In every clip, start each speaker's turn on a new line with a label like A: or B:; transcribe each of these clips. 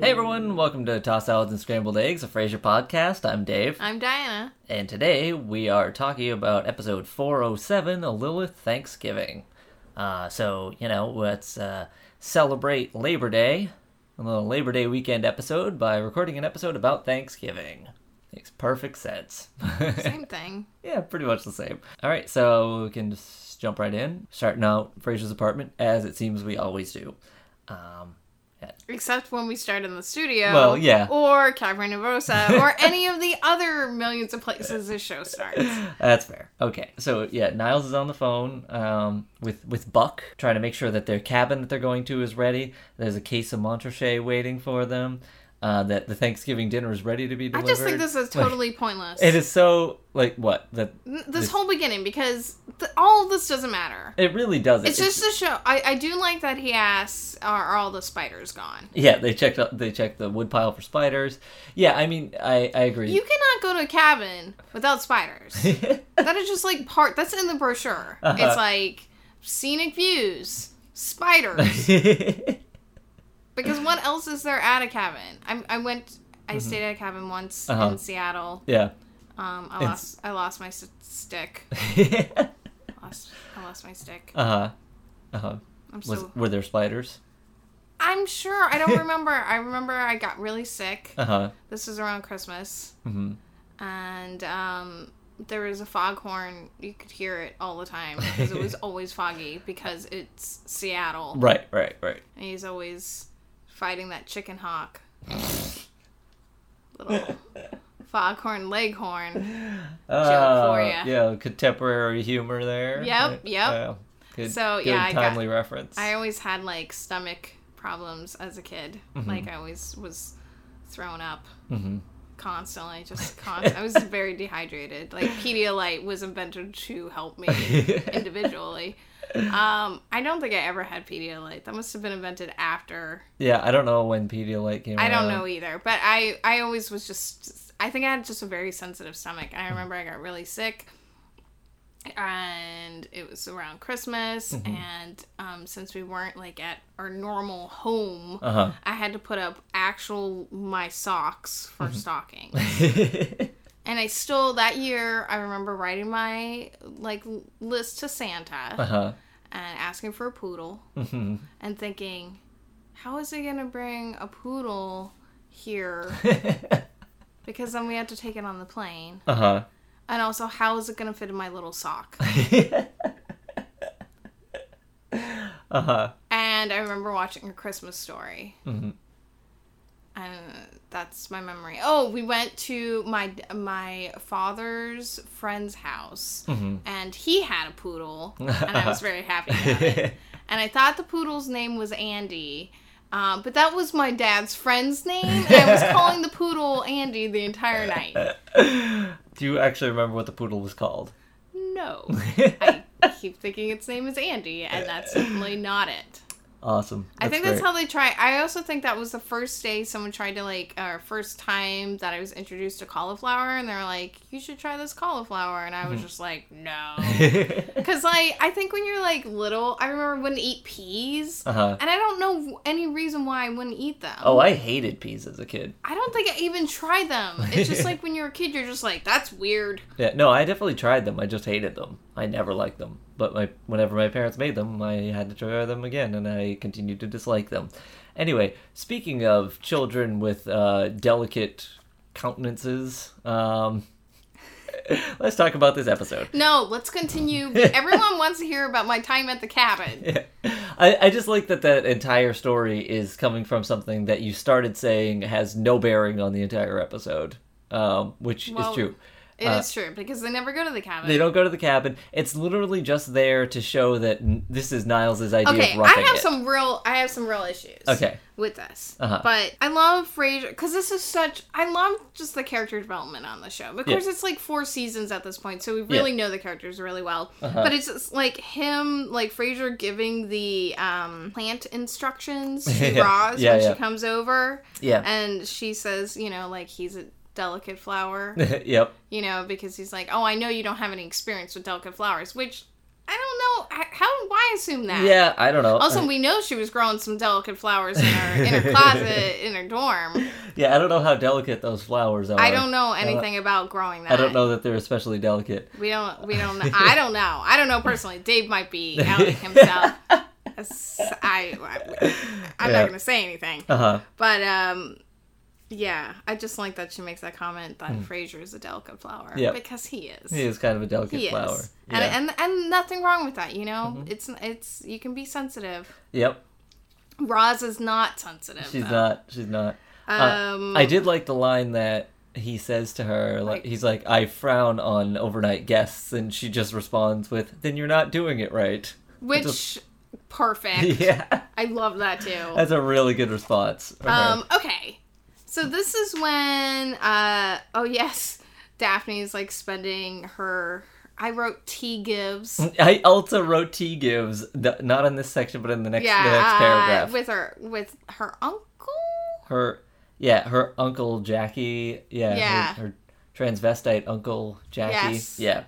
A: Hey everyone, welcome to Toss Salads and Scrambled Eggs, a Frasier podcast. I'm Dave,
B: I'm Diana.
A: and today we are talking about episode 407, A Lilith Thanksgiving. Uh, so, you know, let's uh, celebrate Labor Day, a little Labor Day weekend episode, by recording an episode about Thanksgiving. Makes perfect sense.
B: Same thing.
A: Yeah, pretty much the same. All right, so we can just jump right in, starting out Fraser's apartment, as it seems we always do. Um,
B: Except when we start in the studio.
A: Well, yeah.
B: Or Cavern Nervosa or any of the other millions of places this show starts.
A: That's fair. Okay, so yeah, Niles is on the phone um, with with Buck, trying to make sure that their cabin that they're going to is ready. There's a case of Montrachet waiting for them. Uh, that the Thanksgiving dinner is ready to be
B: I
A: delivered.
B: just think this is
A: Like,
B: totally pointless.
A: it is so like what that
B: N- This whole beginning, because th- all of this doesn't matter.
A: it really doesn't.
B: It's just a show. I, I do like that he asks, are, are all the spiders gone?
A: yeah. They checked up. They checked the wood pile for spiders. Yeah, I mean, I I agree.
B: You cannot go to a cabin without spiders. that is just like part, that's in the brochure.
A: Uh-huh.
B: It's like scenic views, spiders. Because what else is there at a cabin? I, I went, I stayed at a cabin once
A: Mm-hmm. Uh-huh.
B: in Seattle.
A: yeah.
B: Um, I
A: It's-
B: lost, I lost my s- stick.
A: uh
B: Lost, I lost my stick.
A: huh. Uh huh.
B: I'm
A: Was
B: so.
A: were there spiders?
B: I'm sure. I don't remember. I remember I got really sick.
A: Uh huh.
B: This was around Christmas,
A: hmm
B: and um, there was a foghorn. You could hear it all the time because it was always foggy because it's Seattle,
A: Right. Right. Right.
B: and he's always fighting that chicken hawk. Little foghorn leghorn.
A: Oh,
B: for ya.
A: Yeah, contemporary humor there.
B: Yep,
A: Right.
B: yep.
A: Wow. Good,
B: So,
A: good
B: yeah, I got-
A: timely reference.
B: I always had like stomach problems as a kid. Like I always was thrown up
A: Mhm.
B: constantly, just constant. I was very dehydrated. Like Pedialyte was invented to help me individually. Um, I don't think I ever had Pedialyte. That must have been invented after.
A: yeah, I don't know when Pedialyte came
B: I don't
A: around.
B: know either, but I I always was just I think I had just a very sensitive stomach. I remember I got really sick. And it was around Christmas,
A: Mm-hmm.
B: and um, since we weren't like at our normal home,
A: Uh
B: I had to put up actual my socks for
A: Mm-hmm.
B: stocking.
A: huh.
B: And I still that year I remember writing my like l- list to Santa
A: uh huh.
B: and asking for a poodle
A: Mhm.
B: and thinking, how is he gonna bring a poodle here? because then we had to take it on the plane.
A: Uh huh.
B: And also, how is it gonna fit in my little sock?
A: Uh huh.
B: and I remember watching a Christmas story.
A: Mhm.
B: And that's my memory. Oh, we went to my my father's friend's house, and he had a poodle, and I was very happy about it. And I thought the poodle's name was Andy, um, but that was my dad's friend's name, and I was calling the poodle Andy the entire night.
A: Do you actually remember what the poodle was called?
B: No, I keep thinking its name is Andy, and that's definitely not it.
A: Awesome.
B: I think that's
A: great.
B: how they try. I also think that was the first day someone tried to like, or first time that I was introduced to cauliflower, and they're like, "You should try this cauliflower," and I
A: Hmm.
B: was just like, "No," because like I think when you're like little, I remember I wouldn't eat peas,
A: uh huh.
B: and I don't know any reason why I wouldn't eat them.
A: Oh, I hated peas as a kid.
B: I don't think I even tried them. It's just like when you're a kid, you're just like, "That's weird."
A: Yeah, no, I definitely tried them. I just hated them. I never liked them. But my whenever my parents made them, I had to try them again, and I continued to dislike them. Anyway, speaking of children with uh, delicate countenances, um, let's talk about this episode.
B: No, let's continue. Everyone wants to hear about my time at the cabin.
A: I, I just like that that entire story is coming from something that you started saying has no bearing on the entire episode, um, which
B: Well,
A: is true.
B: It is
A: Uh,
B: true because they never go to the cabin.
A: They don't go to the cabin. It's literally just there to show that n- this is Niles' idea
B: okay
A: of
B: i
A: roughing
B: have
A: it.
B: some real i have some real issues
A: Okay.
B: with this
A: Uh-huh.
B: but i love frasier because this is such i love just the character development on the show because it's like four seasons at this point so we really know the characters really well
A: Uh-huh.
B: but it's just like him like frasier giving the um, plant instructions to
A: Yeah.
B: Roz
A: Yeah,
B: when
A: yeah.
B: she comes over
A: Yeah.
B: and she says you know like he's a delicate flower
A: yep.
B: you know, because he's like, oh, I know you don't have any experience with delicate flowers, which I don't know I- how. Why is assume that.
A: Yeah, I don't know.
B: Also, we know she was growing some delicate flowers in her in her closet in her dorm.
A: yeah, I don't know how delicate those flowers are.
B: I don't know anything about growing that.
A: Uh, I don't know that they're especially delicate.
B: We don't. We don't. Know. I don't know. I don't know personally. Dave might be outing himself. As- I, I am
A: Yeah.
B: not gonna say anything.
A: Uh huh.
B: But um, yeah, I just like that she makes that comment that Fraser is a delicate flower
A: Hmm. Yep.
B: because he is.
A: He is kind of a delicate
B: He
A: flower.
B: is.
A: Yeah. Mm-hmm.
B: And, and and nothing wrong with that. You know, it's it's you can be sensitive.
A: yep.
B: Roz is not sensitive.
A: She's
B: though.
A: not. She's not. Uh,
B: Um,
A: I did like the line that he says to her. Like,
B: Like-
A: he's like, "I frown on overnight guests," and she just responds with, "Then you're not doing it right."
B: which perfect.
A: yeah,
B: I love that too.
A: that's a really good response. for her.
B: Um, okay, so this is when uh oh yes, Daphne's like spending her. I wrote T gives.
A: I also wrote T gives th- not in this section, but in the next the next
B: uh,
A: paragraph.
B: with her with her uncle.
A: her, yeah, her uncle Jackie, yeah, her-
B: Yeah.
A: Her, transvestite uncle Jackie,
B: Yes.
A: yeah,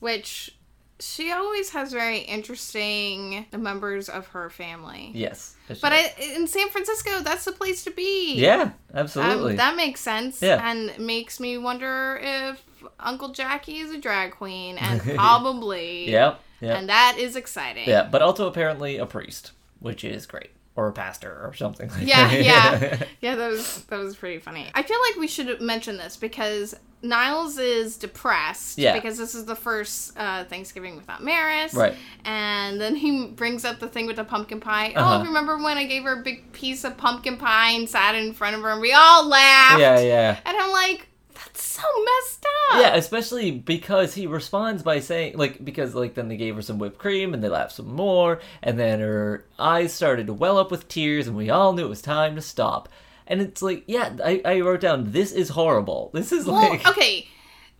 B: which she always has very interesting members of her family.
A: yes.
B: But I, in San Francisco, that's the place to be.
A: yeah,
B: Um,
A: absolutely.
B: that makes sense
A: Yeah.
B: and makes me wonder if Uncle Jackie is a drag queen, and probably.
A: Yep, yep.
B: And that is exciting.
A: Yeah, but also apparently a priest, which is great, or a pastor or something. Like
B: Yeah,
A: that.
B: yeah. Yeah, that was that was pretty funny. I feel like we should mention this because Niles is depressed
A: Yeah.
B: because this is the first uh, Thanksgiving without Maris.
A: Right.
B: And then he brings up the thing with the pumpkin pie.
A: Uh-huh.
B: Oh, remember when I gave her a big piece of pumpkin pie and sat in front of her and we all laughed.
A: yeah, yeah.
B: And I'm like, that's so messed up.
A: Yeah, especially because he responds by saying like because like then they gave her some whipped cream and they laughed some more and then her eyes started to well up with tears and we all knew it was time to stop. And it's like, yeah, I, I wrote down this is horrible. This is
B: Well,
A: like
B: okay.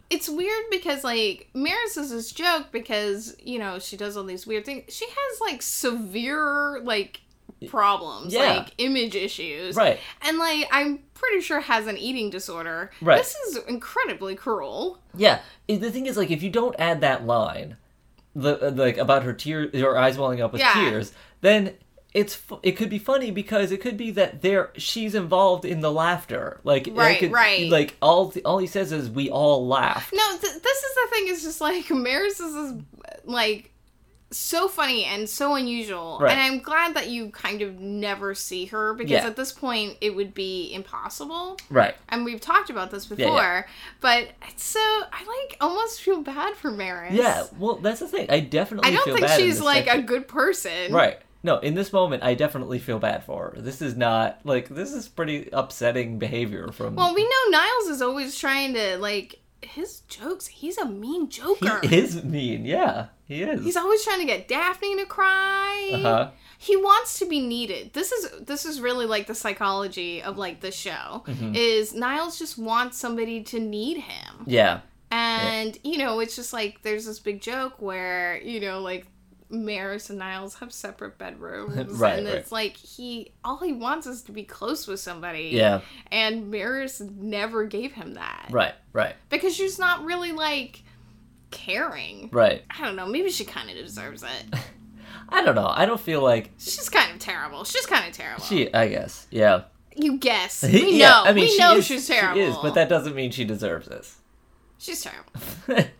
B: It's weird because like Maris is this joke because you know she does all these weird things. She has like severe like problems,
A: Yeah.
B: like image issues,
A: Right.
B: And like I'm pretty sure has an eating disorder.
A: Right.
B: This is incredibly cruel.
A: Yeah, i- the thing is, like, if you don't add that line, the uh, like about her tears, her eyes welling up with
B: Yeah.
A: tears, then it's fu- it could be funny because it could be that there she's involved in the laughter. Like, I
B: Right,
A: could-
B: right.
A: Like all th- all he says is we all laugh.
B: No, th- this is the thing. It's just like Maris is this, like so funny and so unusual,
A: Right.
B: and I'm glad that you kind of never see her because
A: Yeah.
B: at this point it would be impossible.
A: Right.
B: and we've talked about this
A: yeah.
B: before, but it's so I like almost feel bad for Maris.
A: Yeah. Well, that's the thing. I definitely.
B: I don't
A: feel
B: think
A: bad in
B: she's
A: this
B: like
A: section.
B: a good person.
A: Right. No, in this moment, I definitely feel bad for her. This is not like this is pretty upsetting behavior from.
B: Well, we know Niles is always trying to like his jokes. He's a mean joker.
A: he is mean. Yeah, he is.
B: He's always trying to get Daphne to cry.
A: Uh-huh.
B: He wants to be needed. This is this is really like the psychology of like the show.
A: Mm-hmm.
B: Is Niles just wants somebody to need him.
A: yeah.
B: And, you know, it's just like there's this big joke where, you know, like Maris and Niles have separate bedrooms.
A: Right,
B: And
A: right.
B: it's like he, all he wants is to be close with somebody.
A: Yeah.
B: And Maris never gave him that.
A: Right. Right.
B: Because she's not really like caring.
A: Right.
B: I don't know. Maybe she kind of deserves it.
A: I don't know. I don't feel like
B: She's kind of terrible. She's kind of terrible.
A: she. I guess. Yeah.
B: you guess. We
A: Yeah,
B: know.
A: I mean,
B: we
A: she
B: know
A: is-
B: she's terrible.
A: She is, but that doesn't mean she deserves this.
B: She's terrible.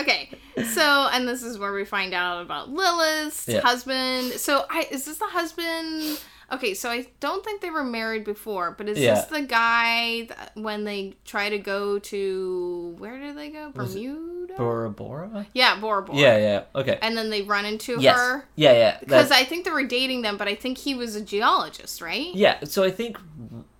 B: Okay, so and this is where we find out about Lilith's
A: Yeah.
B: husband. So I is this the husband? Okay, so I don't think they were married before, but is
A: Yeah.
B: this the guy that, when they try to go to where did they go?
A: Was it-
B: Bermuda.
A: Bora Bora.
B: yeah, Bora Bora.
A: Yeah. Yeah. Okay.
B: And then they run into
A: yes.
B: her
A: Yeah. Yeah.
B: because
A: That,
B: I think they were dating them, but I think he was a geologist, right?
A: yeah. So I think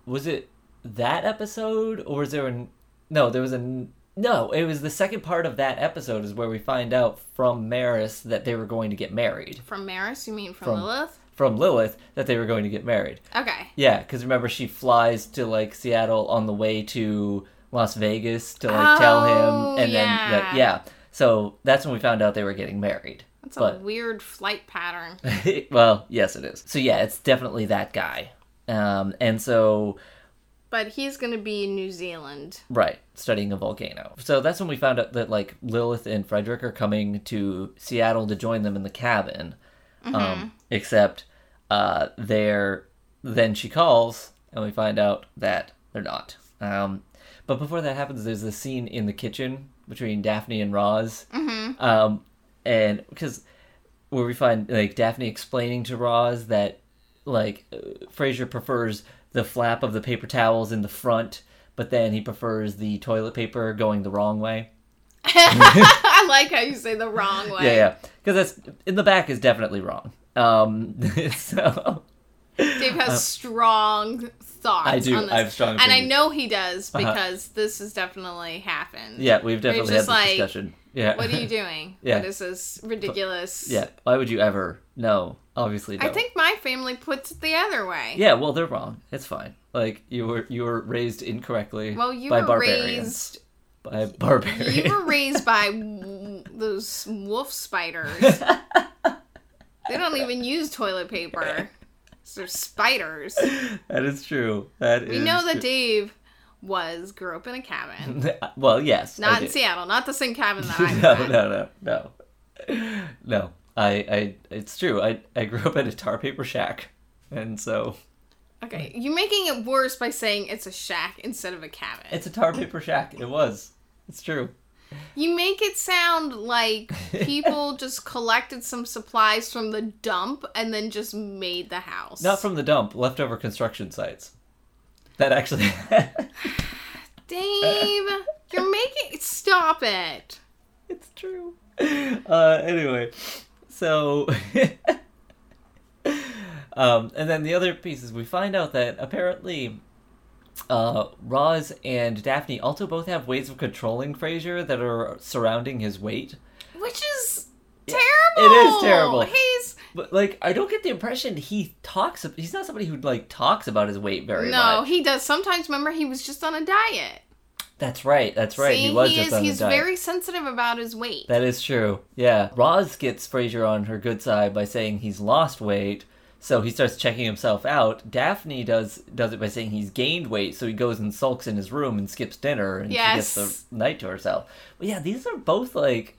A: was it that episode or was there an no? There was a no. It was the second part of that episode is where we find out from Maris that they were going to get married
B: From Maris, you mean from,
A: From-
B: Lilith?
A: from Lilith that they were going to get married.
B: Okay.
A: Yeah, because remember she flies to like Seattle on the way to Las Vegas to like tell
B: Oh,
A: him, and
B: yeah.
A: then that, yeah, so that's when we found out they were getting married.
B: That's a
A: but
B: weird flight pattern.
A: well, yes, it is. So yeah, it's definitely that guy. Um, and so
B: But he's going to be in New Zealand.
A: right, studying a volcano. So that's when we found out that like Lilith and Frederick are coming to Seattle to join them in the cabin. Um, except uh, they're then she calls and we find out that they're not. Um, but before that happens, there's this scene in the kitchen between Daphne and Roz, um, and because where we find like Daphne explaining to Roz that like uh, Fraser prefers the flap of the paper towels in the front, but then he prefers the toilet paper going the wrong way.
B: I like how you say the wrong way.
A: Yeah, yeah, because that's in the back is definitely wrong. Um, so
B: Dave has strong thoughts.
A: Uh, I do.
B: On this.
A: I have strong
B: and I
A: opinions. Uh-huh.
B: know he does because this has definitely happened.
A: yeah, we've definitely had this
B: just like,
A: discussion. Yeah.
B: What are you doing?
A: Yeah.
B: What is this ridiculous?
A: Yeah. Why would you ever? No, obviously. No.
B: I think my family puts it the other way.
A: Yeah. Well, they're wrong. It's fine. Like you were, you were raised incorrectly.
B: Well, you
A: by
B: were
A: barbarians.
B: raised.
A: By
B: You
A: barbarians.
B: were raised by w- those wolf spiders. they don't even use toilet paper. So They're spiders.
A: that is true. That is.
B: We know that Dave was grew up in a cabin,
A: that. well, yes. I
B: not in
A: did.
B: Seattle, not the same cabin that I
A: no,
B: am
A: no, no, no, no. I, I, it's true. I, I grew up in a tar paper shack, and so
B: Okay, you're making it worse by saying it's a shack instead of a cabin.
A: it's a tar paper shack. It was. It's true.
B: You make it sound like people just collected some supplies from the dump and then just made the house.
A: Not from the dump. Leftover construction sites. That actually.
B: Dave, you're making stop it.
A: it's true. Uh, anyway, so. um, and then the other piece is we find out that apparently uh, Roz and Daphne also both have ways of controlling Frasier that are surrounding his weight.
B: Which is
A: it
B: terrible.
A: is terrible.
B: He's
A: But, like, I don't get the impression he talks. ab- He's not somebody who, like, talks about his weight very
B: no,
A: much.
B: he does. Sometimes remember he was just on a diet.
A: That's right. That's right.
B: See,
A: he was
B: he
A: just
B: is
A: on the
B: he's
A: diet.
B: very sensitive about his weight.
A: That is true. Yeah. Roz gets Frasier on her good side by saying he's lost weight, so he starts checking himself out. Daphne does does it by saying he's gained weight, so he goes and sulks in his room and skips dinner and she
B: Yes.
A: gets the night to herself. But yeah, these are both like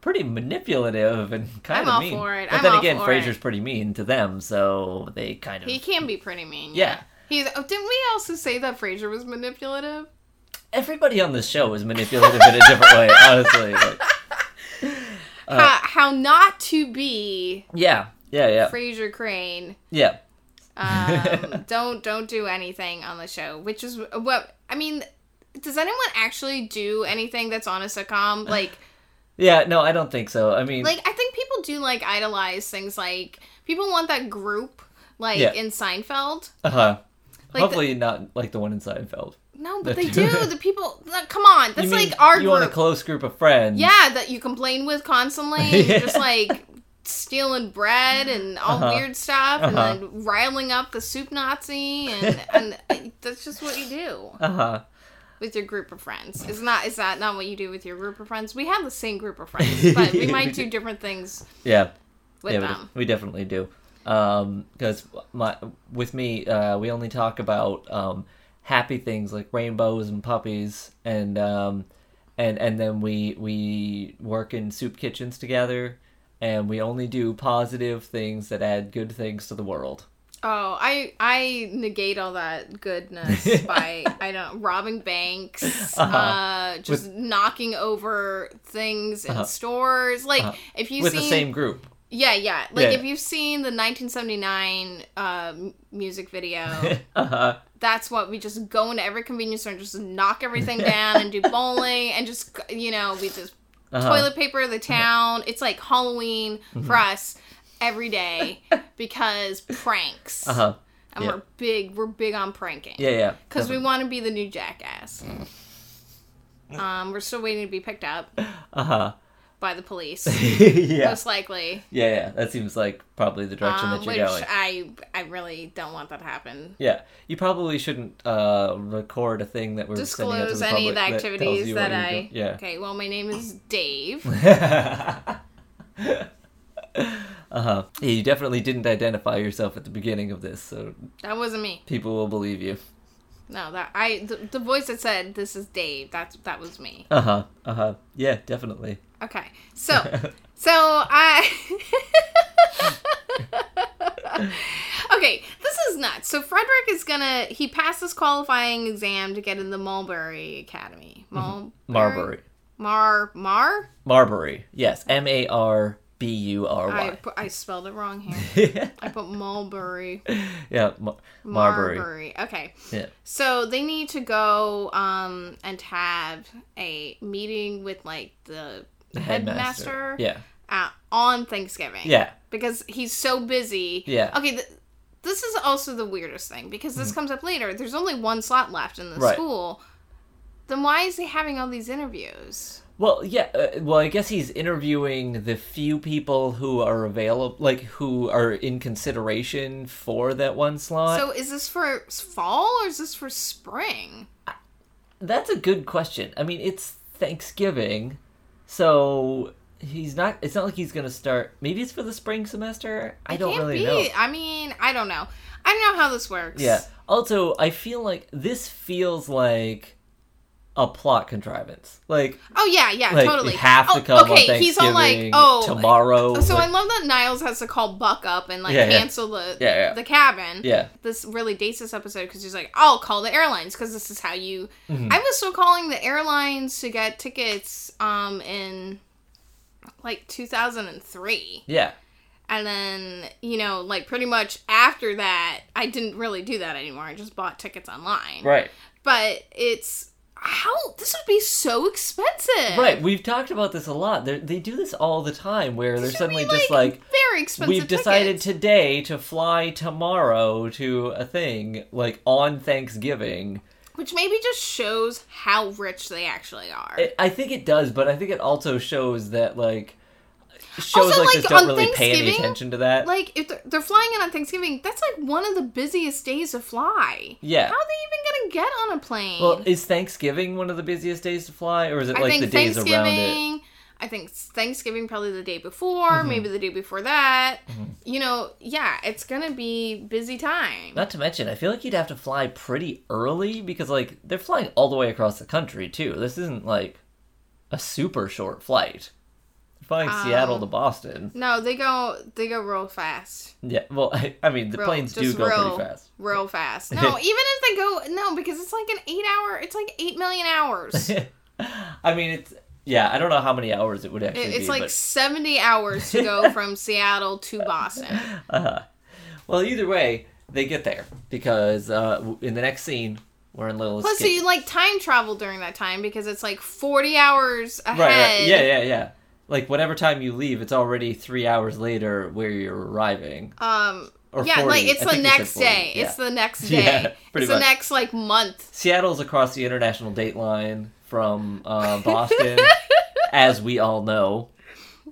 A: pretty manipulative and kind
B: I'm
A: of
B: all
A: mean.
B: for it.
A: But
B: I'm
A: then
B: all
A: again,
B: for
A: Frasier's pretty mean to them, so they kind of
B: he can be pretty mean.
A: Yeah.
B: He's oh, didn't we also say that Fraser was manipulative?
A: everybody on this show is manipulative in a different way, honestly. Like, Uh,
B: how, how not to be
A: yeah. Yeah, yeah.
B: Fraser Crane.
A: yeah.
B: Um, don't don't do anything on the show, which is what I mean. Does anyone actually do anything that's on a sitcom? Like,
A: Yeah, no, I don't think so. I mean,
B: like I think people do like idolize things. Like people want that group, like
A: Yeah.
B: in Seinfeld.
A: uh-huh.
B: Like
A: Hopefully not like the one in Seinfeld.
B: No, but
A: The-
B: they do. The people, like, come on, that's like our
A: you
B: group.
A: want a close group of friends?
B: yeah, that you complain with constantly. and You're just like stealing bread and all
A: Uh-huh.
B: weird stuff,
A: Uh-huh.
B: and then riling up the soup Nazi, and and uh, that's just what you do.
A: Uh huh.
B: with your group of friends. Is not is that not what you do with your group of friends? We have the same group of friends, but we might do different things
A: Yeah.
B: with
A: yeah. we
B: them.
A: def- We, definitely do. Um, because my with me, uh, we only talk about um happy things like rainbows and puppies, and um, and and then we we work in soup kitchens together, and we only do positive things that add good things to the world.
B: Oh, I I negate all that goodness by I don't robbing banks, uh
A: Uh-huh.
B: just knocking over things in stores. Like if you
A: Uh-huh. With
B: have
A: the
B: seen
A: same group.
B: yeah yeah like
A: Yeah.
B: if you've seen the 1979 uh, m- music video
A: Uh huh.
B: that's what we just go into every convenience store and just knock everything down and do bowling and just you know we just
A: Uh-huh. Mm-hmm.
B: toilet paper the town it's like halloween for us every day because pranks
A: Uh huh.
B: and
A: yeah.
B: we're big we're big on pranking
A: Yeah. Yeah.
B: because we want to be the new jackass
A: Mm.
B: um we're still waiting to be picked up
A: Uh huh.
B: by the police
A: yeah.
B: most likely
A: Yeah, yeah, that seems like probably the direction
B: um,
A: that
B: which
A: you're going.
B: i i really don't want that to happen
A: Yeah, you probably shouldn't uh, record a thing that we're sending out to the
B: disclose any of
A: public
B: the
A: that tells
B: activities
A: you
B: that,
A: what
B: I.
A: you're doing. Yeah.
B: Okay, well, my name is Dave.
A: uh huh. Yeah, you definitely didn't identify yourself at the beginning of this, so
B: that wasn't me.
A: people will believe you.
B: No, that I the, the voice that said this is Dave. That's that was me.
A: Uh huh. Uh huh. Yeah, definitely.
B: Okay, so so I. So Frederick is gonna he passes qualifying exam to get in the Mulberry Academy. Mulberry?
A: Mm-hmm. Marbury.
B: Mar Mar.
A: Marbury. Yes. M A R B U R
B: I
A: Y.
B: pu- I spelled it wrong here. I put Mulberry.
A: Yeah. Mar- Marbury.
B: Okay.
A: Yeah.
B: So they need to go um and have a meeting with like the
A: The
B: headmaster,
A: Yeah.
B: uh, on Thanksgiving.
A: Yeah.
B: Because he's so busy.
A: Yeah. Mm-hmm.
B: Okay. Th- this is also the weirdest thing because this comes up later. There's only one slot left in the
A: Right.
B: school. Then why is he having all these interviews?
A: Well, yeah. Uh, well, I guess he's interviewing the few people who are available, like who are in consideration for that one slot.
B: so is this for s- fall or is this for spring?
A: That's a good question. I mean, it's Thanksgiving, so he's not. It's not like he's gonna start. Maybe it's for the spring semester. I don't really know.
B: I mean, I don't know. I don't know how this works.
A: Yeah. Also, I feel like this feels like a plot contrivance. Like,
B: Oh yeah, yeah,
A: like
B: totally.
A: you have to
B: Oh,
A: come on
B: okay,
A: Thanksgiving
B: he's all like, oh,
A: tomorrow.
B: So I
A: like-
B: love that Niles has to call Buck up and like
A: Yeah, yeah.
B: cancel the
A: Yeah, yeah.
B: the cabin.
A: yeah.
B: This really dates this episode because he's like, I'll call the airlines because this is how you.
A: Mm-hmm.
B: I was still calling the airlines to get tickets um in like 2003.
A: Yeah.
B: And then, you know, like pretty much after that, I didn't really do that anymore. I just bought tickets online.
A: Right.
B: But it's how this would be so expensive.
A: Right. We've talked about this a lot. They're, they do this all the time where they're
B: Should be,
A: suddenly just like,
B: very expensive.
A: we've decided
B: tickets.
A: today to fly tomorrow to a thing, like on Thanksgiving.
B: which maybe just shows how rich they actually are.
A: It, I think it does, but I think it also shows that, like, shows
B: Also,
A: like,
B: like,
A: this don't
B: on
A: really pay any
B: Thanksgiving,
A: attention to that.
B: like if they're, they're flying in on Thanksgiving, that's like one of the busiest days to fly.
A: yeah.
B: How are they even gonna get on a plane?
A: Well, is Thanksgiving one of the busiest days to fly, or is it
B: I
A: like
B: think
A: the days around it?
B: Thanksgiving. I think it's Thanksgiving probably the day before,
A: Mm-hmm.
B: maybe the day before that. You know, yeah, it's gonna be busy time.
A: Not to mention, I feel like you'd have to fly pretty early because like they're flying all the way across the country too. This isn't like a super short flight. They're flying
B: Um,
A: Seattle to Boston.
B: no, they go they go real fast.
A: Yeah, well, I, I mean the
B: Real-
A: planes do
B: just
A: go
B: real-
A: pretty fast.
B: Real fast. No, even if they go no, because it's like an eight hour it's like eight million hours.
A: I mean it's yeah. I don't know how many hours it would actually
B: It-
A: be.
B: It's like
A: but-
B: 70 hours to go from Seattle to Boston.
A: uh-huh. well, either way, they get there because uh, w- in the next scene we're in Little
B: Plus, so
A: Escape.
B: you like time travel during that time because it's like 40 hours ahead.
A: Right, right. Yeah, yeah, yeah. Like whatever time you leave, it's already three hours later where you're arriving.
B: Um,
A: Or
B: yeah,
A: 40.
B: like it's
A: I
B: the
A: think you said
B: next
A: 40,
B: day.
A: yeah.
B: It's the next day.
A: Yeah, pretty
B: it's the
A: much.
B: next like month.
A: Seattle's across the international date line from uh, Boston, as we all know.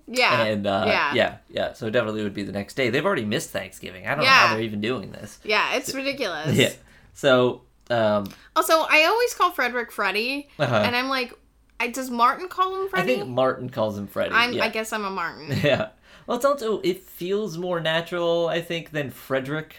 B: Yeah.
A: And uh,
B: yeah.
A: yeah. yeah, So it definitely would be the next day. They've already missed Thanksgiving. I don't know
B: Yeah.
A: how they're even doing this.
B: Yeah, it's ridiculous.
A: Yeah. So, um,
B: Also, I always call Frederick Freddy,
A: Uh-huh.
B: and I'm like, I, does Martin call him
A: I
B: Freddy?
A: think Martin calls him Freddy.
B: I'm,
A: yeah.
B: I guess I'm a Martin.
A: yeah. Well, it's also, it feels more natural, I think, than Frederick.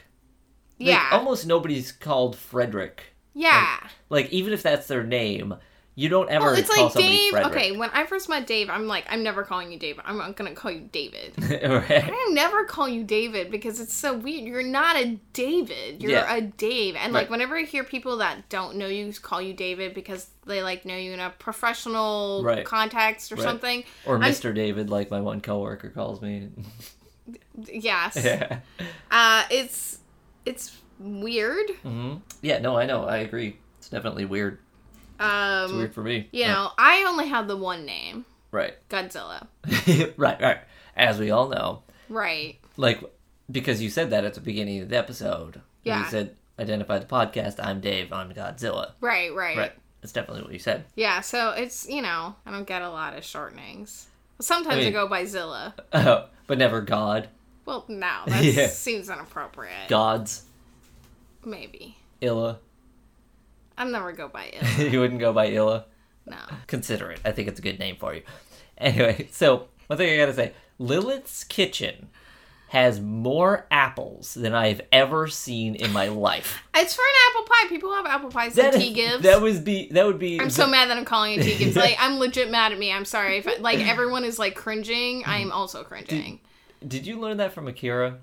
A: Like,
B: yeah.
A: Almost nobody's called Frederick.
B: yeah.
A: Like, even if that's their name, you don't ever
B: Well, it's
A: call
B: like
A: somebody
B: Dave.
A: Frederick.
B: Okay, when I first met Dave, I'm like, I'm never calling you Dave. I'm gonna call you David.
A: Right.
B: I never call you David because it's so weird. You're not a David. You're
A: Yeah.
B: a Dave. And like
A: Right.
B: whenever I hear people that don't know you call you David because they like know you in a professional
A: Right.
B: context or
A: Right.
B: something.
A: Or
B: I'm-
A: Mr. David, like my one coworker calls me.
B: Yes.
A: yeah.
B: Uh, it's it's weird.
A: hmm Yeah, no, I know. I agree. It's definitely weird.
B: Um,
A: It's weird for me.
B: you
A: Yeah.
B: know, I only have the one name,
A: Right.
B: Godzilla.
A: right, right. As we all know,
B: Right.
A: like, because you said that at the beginning of the episode. when
B: Yeah.
A: You said, identify the podcast. I'm Dave. I'm Godzilla.
B: Right. Right.
A: Right. That's definitely what you said.
B: Yeah. So it's you know I don't get a lot of shortenings. Sometimes I,
A: I mean-
B: go by Zilla.
A: Oh, but never God.
B: Well, no, that
A: Yeah.
B: seems inappropriate.
A: Gods.
B: Maybe.
A: Illa.
B: I'll never go by it.
A: you wouldn't go by Illa.
B: No.
A: Consider it. I think it's a good name for you. Anyway, so one thing I gotta say Lilith's Kitchen has more apples than I've ever seen in my life.
B: It's for an apple pie. People have apple pies that,
A: is-
B: tea gives.
A: That would be that would be
B: I'm so mad that I'm calling it tea gives. Like I'm legit mad at me. I'm sorry. If like everyone is like cringing, I'm also cringing.
A: Did you learn that from Akira?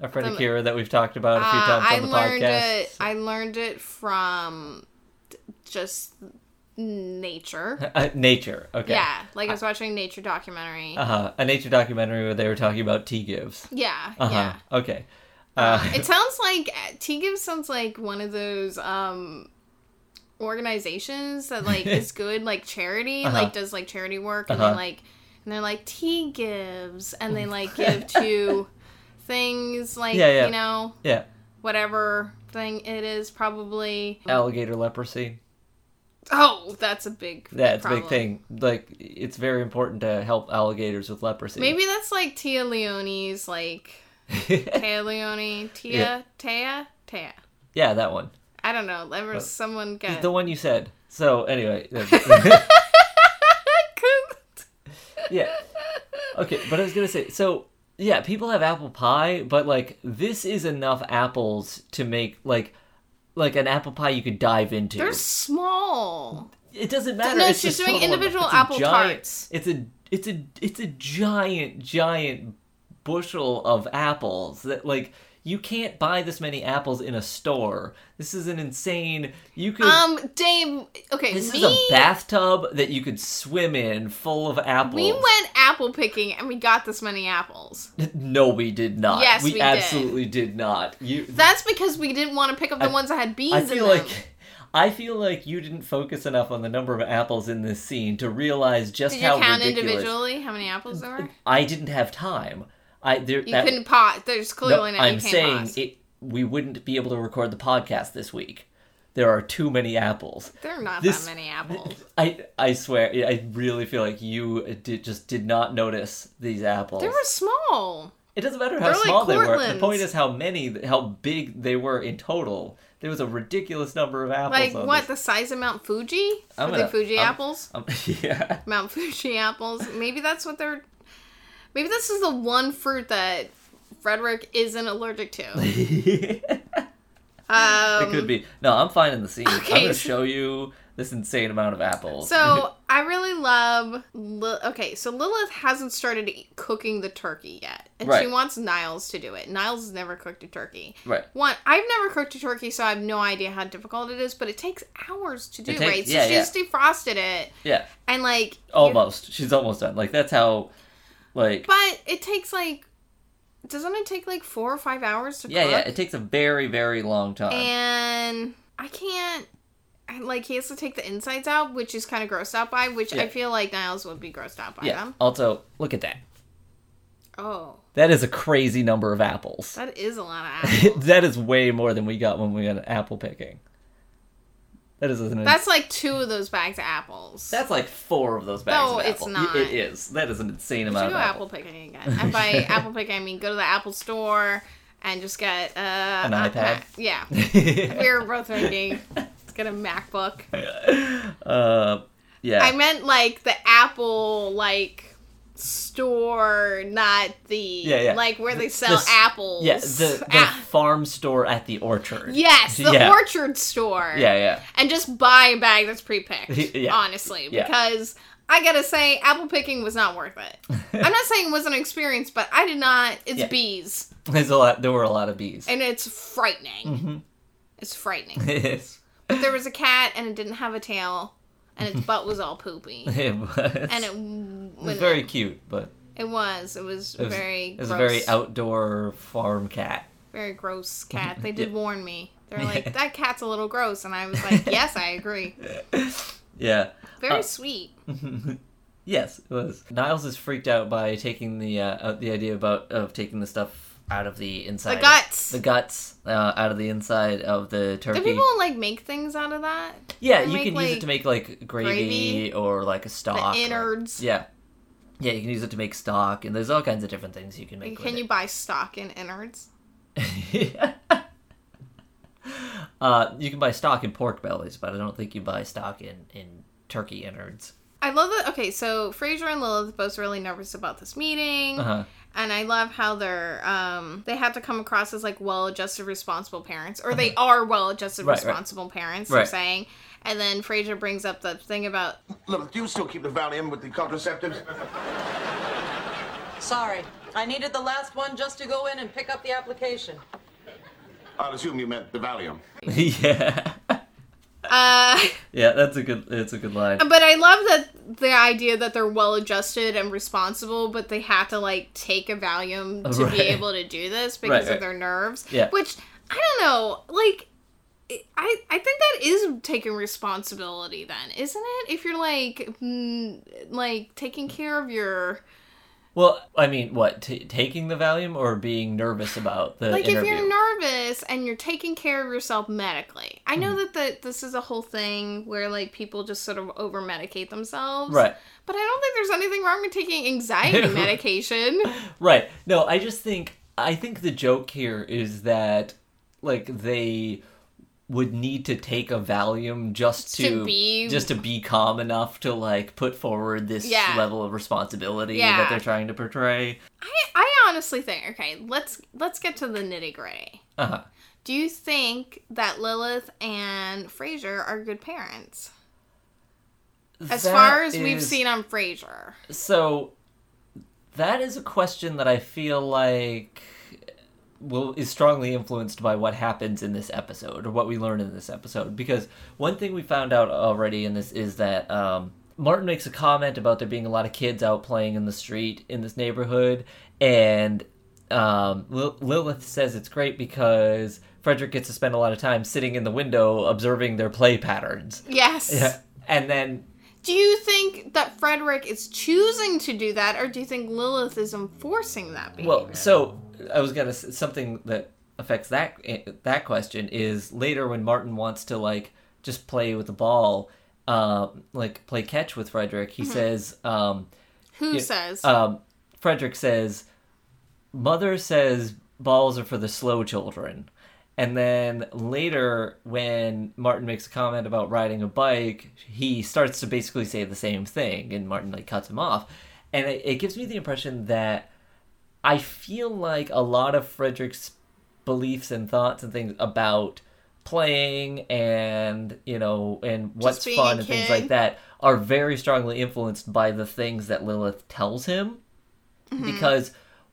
A: Our friend Akira that we've talked about a few
B: Uh,
A: times
B: I
A: on the
B: learned
A: podcast.
B: it. I learned it from d- just nature.
A: Uh, nature. Okay.
B: Yeah, like I was watching a nature documentary.
A: Uh-huh. A nature documentary where they were talking about tea gives.
B: yeah,
A: Uh-huh.
B: yeah. Um,
A: Okay. Uh,
B: It sounds like T Gibbs sounds like one of those um organizations that like is good like charity,
A: Uh-huh.
B: like does like charity work and
A: Uh-huh.
B: they like and they're like T Gibbs and they like give to things like
A: Yeah, yeah.
B: you know,
A: yeah.
B: whatever thing it is probably
A: Alligator leprosy.
B: Oh, that's a big
A: Yeah, it's a big
B: problem.
A: thing. Like, it's very important to help alligators with leprosy.
B: Maybe that's like Tia Leone's like Tia Leone, Tia,
A: Yeah.
B: Tia, Tia.
A: yeah, that one.
B: I don't know. There was someone got
A: The one you said. So, anyway. yeah. Okay, but I was gonna say, so yeah, people have apple pie, but like this is enough apples to make like like an apple pie you could dive into.
B: They're small.
A: It doesn't matter.
B: No,
A: it's
B: she's
A: just
B: doing
A: sort of like-
B: individual
A: it's a
B: apple
A: giant-
B: tarts.
A: It's a it's a it's a giant giant bushel of apples that like you can't buy this many apples in a store. This is an insane. You could.
B: Um, Dave. Okay,
A: this
B: me.
A: is a bathtub that you could swim in, full of apples.
B: we went apple picking and we got this many apples.
A: No, we did not.
B: Yes,
A: we,
B: we did.
A: absolutely did. not. You,
B: That's because we didn't want to pick up the ones that had beans
A: I
B: in
A: feel
B: them.
A: like, I feel like you didn't focus enough on the number of apples in this scene to realize just
B: Did you
A: how
B: count
A: ridiculous.
B: individually how many apples there were?
A: I didn't have time. I there.
B: You
A: that,
B: couldn't pot. There's
A: no,
B: clearly not.
A: I'm
B: you can't
A: saying
B: pause.
A: it. We wouldn't be able to record the podcast this week. There are too many apples.
B: there are not
A: this-
B: that many apples.
A: I I swear. I really feel like you did, just did not notice these apples.
B: They were small.
A: It doesn't matter how
B: They're like
A: small they were. The
B: Cortland's.
A: point is how many, how big they were in total. There was a ridiculous number of apples.
B: Like
A: on
B: what?
A: this-
B: The size of Mount Fuji?
A: I'm
B: Are
A: gonna-
B: they Fuji
A: I'm-
B: apples?
A: Um, yeah.
B: Mount Fuji apples. Maybe that's what they're. Maybe this is the one fruit that Frederick isn't allergic to.
A: it
B: Um,
A: could be. No, I'm finding the scene. I'm
B: okay,
A: going to
B: so-
A: show you this insane amount of apples.
B: So I really love. Li- okay, so Lilith hasn't started e- cooking the turkey yet, and she
A: Right.
B: wants Niles to do it. Niles has never cooked a turkey.
A: right.
B: One, I've never cooked a turkey, so I have no idea how difficult it is. But it takes hours to do,
A: takes-
B: right? So
A: yeah, yeah.
B: she's defrosted it,
A: Yeah.
B: and like you-
A: Almost. She's almost done. Like, that's how, like,
B: But it takes like, doesn't it take like four or five hours to
A: yeah,
B: cook?
A: yeah. It takes a very, very long time.
B: and I can't. I- Like he has to take the insides out, which is kind of grossed out by. Which
A: Yeah.
B: I feel like Niles would be grossed out by
A: yeah.
B: them.
A: Also, look at that.
B: Oh,
A: That is a crazy number of apples.
B: that is a lot of apples.
A: that is way more than we got when we went apple picking. That is an
B: That's like two of those bags of apples.
A: That's like four of those bags.
B: No,
A: of
B: it's
A: apple.
B: not.
A: It is. That is an insane
B: Should
A: amount of
B: we go
A: apple.
B: apple picking again. And by apple picking, I mean go to the Apple store and just get uh, an
A: iPad?
B: Yeah, we were both thinking, let's get a MacBook.
A: uh, yeah.
B: I meant like the Apple like store, not the
A: Yeah, yeah.
B: like where they
A: the
B: sell
A: s-
B: apples.
A: yeah, the, the
B: Ah,
A: farm store at the orchard.
B: yes, the
A: Yeah.
B: orchard store.
A: Yeah, yeah.
B: and just buy a bag that's pre-picked.
A: Yeah.
B: Honestly,
A: Yeah.
B: because I gotta say, apple picking was not worth it. I'm not saying it wasn't an experience, but I did not. It's
A: Yeah.
B: bees,
A: There's a lot. There were a lot of bees.
B: and it's frightening.
A: Mm-hmm.
B: It's frightening.
A: and
B: but there was a cat, and it didn't have a tail, and its butt was all poopy, and it,
A: it was very cute, but
B: It was. It was,
A: it was,
B: very.
A: it was a
B: gross,
A: very outdoor farm cat.
B: very gross cat. They did
A: Yeah.
B: warn me. They're like, that cat's a little gross, and I was like, yes, I agree.
A: Yeah.
B: Very
A: Uh,
B: sweet.
A: Yes, it was. Niles is freaked out by taking the uh, out the idea about of taking the stuff out of the inside,
B: guts.
A: the guts uh, out of the inside of the turkey.
B: Do people like make things out of that?
A: yeah,
B: they
A: you
B: make,
A: can use it
B: like,
A: to make like gravy,
B: gravy?
A: or like a stock. or-
B: innards?
A: yeah, yeah, you can use it to make stock, and there's all kinds of different things you can make.
B: Can you buy stock in innards?
A: you? uh, you can buy stock in pork bellies, but I don't think you buy stock in in turkey innards.
B: I love that. Okay, so Fraser and Lilith both really nervous about this meeting,
A: Uh-huh.
B: and I love how they're um, they have to come across as like well-adjusted, responsible parents, or they are well-adjusted,
A: Uh-huh. Right, right.
B: responsible parents. They're
A: Right.
B: saying, and then Fraser brings up the thing about
C: Look, do you still keep the Valium with the contraceptives?
D: Sorry,
C: I needed the last one just to go in and pick up the application.
D: I'd assume you meant the Valium.
A: yeah.
B: Uh,
A: Yeah, that's a good it's a good line.
B: but I love that the idea that they're well adjusted and responsible, but they have to like take a Valium to
A: Right.
B: be able to do this because
A: right.
B: of their nerves.
A: Yeah.
B: Which I don't know, like. it- I, I think that is taking responsibility then isn't it if you're like mm, like taking care of your
A: Well, I mean, what t- taking the Valium or being nervous about the
B: like
A: interview?
B: if you're nervous and you're taking care of yourself medically i know
A: Mm-hmm.
B: that that this is a whole thing where like people just sort of over medicate themselves
A: Right.
B: but i don't think there's anything wrong with taking anxiety medication
A: Right. No, I just think I think the joke here is that like they would need to take a Valium just to,
B: To be-
A: just to be calm enough to like put forward this
B: Yeah.
A: level of responsibility that
B: Yeah.
A: they're trying to portray.
B: I, I honestly think okay let's let's get to the nitty gritty
A: Uh-huh.
B: do you think that lilith and frasier are good parents as
A: That
B: far as we've
A: is-
B: seen on frasier
A: So that is a question that I feel like will is strongly influenced by what happens in this episode or what we learn in this episode because one thing we found out already in this is that um, Martin makes a comment about there being a lot of kids out playing in the street in this neighborhood and um, Lil- Lilith says it's great because Frederick gets to spend a lot of time sitting in the window observing their play patterns.
B: yes
A: Yeah. And then
B: Do you think that Frederick is choosing to do that, or do you think Lilith is enforcing that behavior?
A: Well, so I was gonna s- something that affects that eh, that question is later when Martin wants to like just play with the ball, um, like play catch with Frederick. He says, um,
B: Who says?
A: um, Frederick says, "Mother says balls are for the slow children." And then later, when Martin makes a comment about riding a bike, he starts to basically say the same thing, and Martin like cuts him off. And it, it gives me the impression that I feel like a lot of Frederick's beliefs and thoughts and things about playing and you know and what's
B: being
A: fun
B: a
A: and things
B: kid.
A: like that are very strongly influenced by the things that Lilith tells him because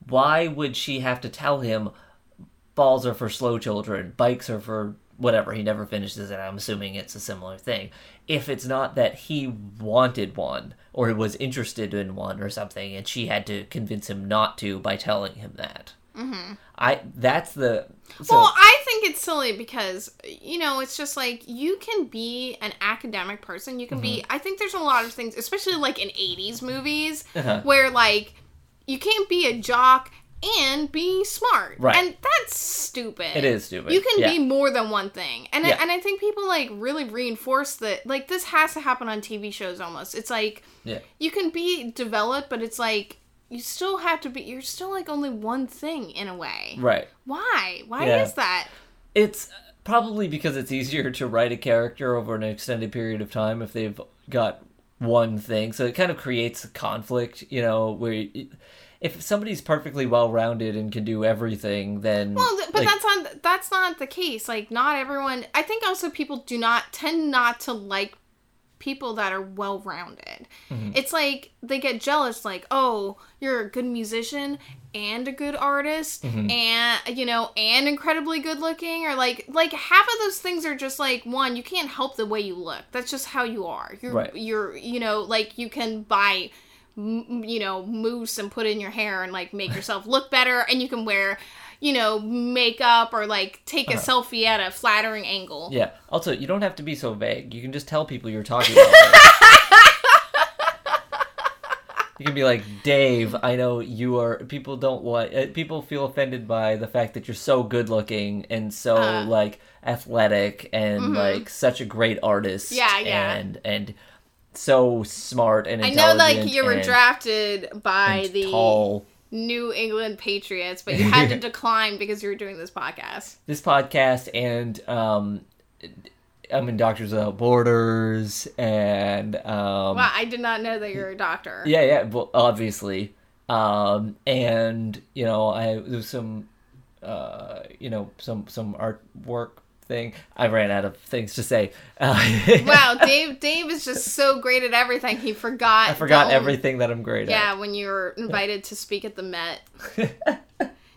A: why would she have to tell him balls are for slow children, bikes are for whatever. He never finishes it. I'm assuming it's a similar thing. If it's not that he wanted one or was interested in one or something, and she had to convince him not to by telling him that. Mm-hmm. I that's the so,
B: well, I think it's silly because, you know, it's just like you can be an academic person. You can be,
A: Mm-hmm.
B: I think there's a lot of things, especially like in 80s movies,
A: Uh-huh.
B: where like you can't be a jock and be smart.
A: Right.
B: And that's stupid.
A: It is stupid,
B: You can
A: yeah.
B: be more than one thing. And,
A: Yeah.
B: I, and I think people like really reinforce that, like, this has to happen on TV shows almost. It's like,
A: yeah.
B: you can be developed, but it's like you still have to be. You're still like only one thing in a way.
A: Right.
B: Why? Why
A: Yeah.
B: is that?
A: It's probably because it's easier to write a character over an extended period of time if they've got one thing. So it kind of creates a conflict, you know, where y- if somebody's perfectly well rounded and can do everything, then
B: Well, th- but
A: like,
B: that's not that's not the case. Like not everyone. I think also people do not tend not to like people that are well rounded.
A: Mm-hmm.
B: It's like they get jealous. Like oh, you're a good musician and a good artist,
A: Mm-hmm.
B: and you know, and incredibly good looking, or like like half of those things are just like one. You can't help the way you look. That's just how you are. You're
A: Right.
B: you're you know like you can buy m- you know mousse and put in your hair and like make yourself look better and you can wear you know makeup or like take a selfie at a flattering angle
A: Uh-huh. yeah. Also, you don't have to be so vague. You can just tell people you're talking about. them. You can be like, Dave, I know you are. People don't like. Uh, people feel offended by the fact that you're so good looking and so
B: Uh.
A: like athletic and like such a great artist.
B: Mm-hmm. Yeah, yeah.
A: And and so smart and
B: i know
A: intelligent.
B: like you were
A: and-
B: drafted by
A: and
B: the
A: tall.
B: new england patriots but you had to decline because you were doing this podcast
A: This podcast and um, I'm in Doctors Without Borders and um.
B: wow i did not know that you're a doctor
A: Yeah, yeah, well, obviously. Um, and you know, I there's some, uh, you know, some some artwork thing. I ran out of things to say. Uh,
B: Wow, Dave. Dave is just so great at everything. He forgot.
A: I forgot
B: the only-
A: everything that I'm great
B: Yeah, when you were invited to speak at the Met.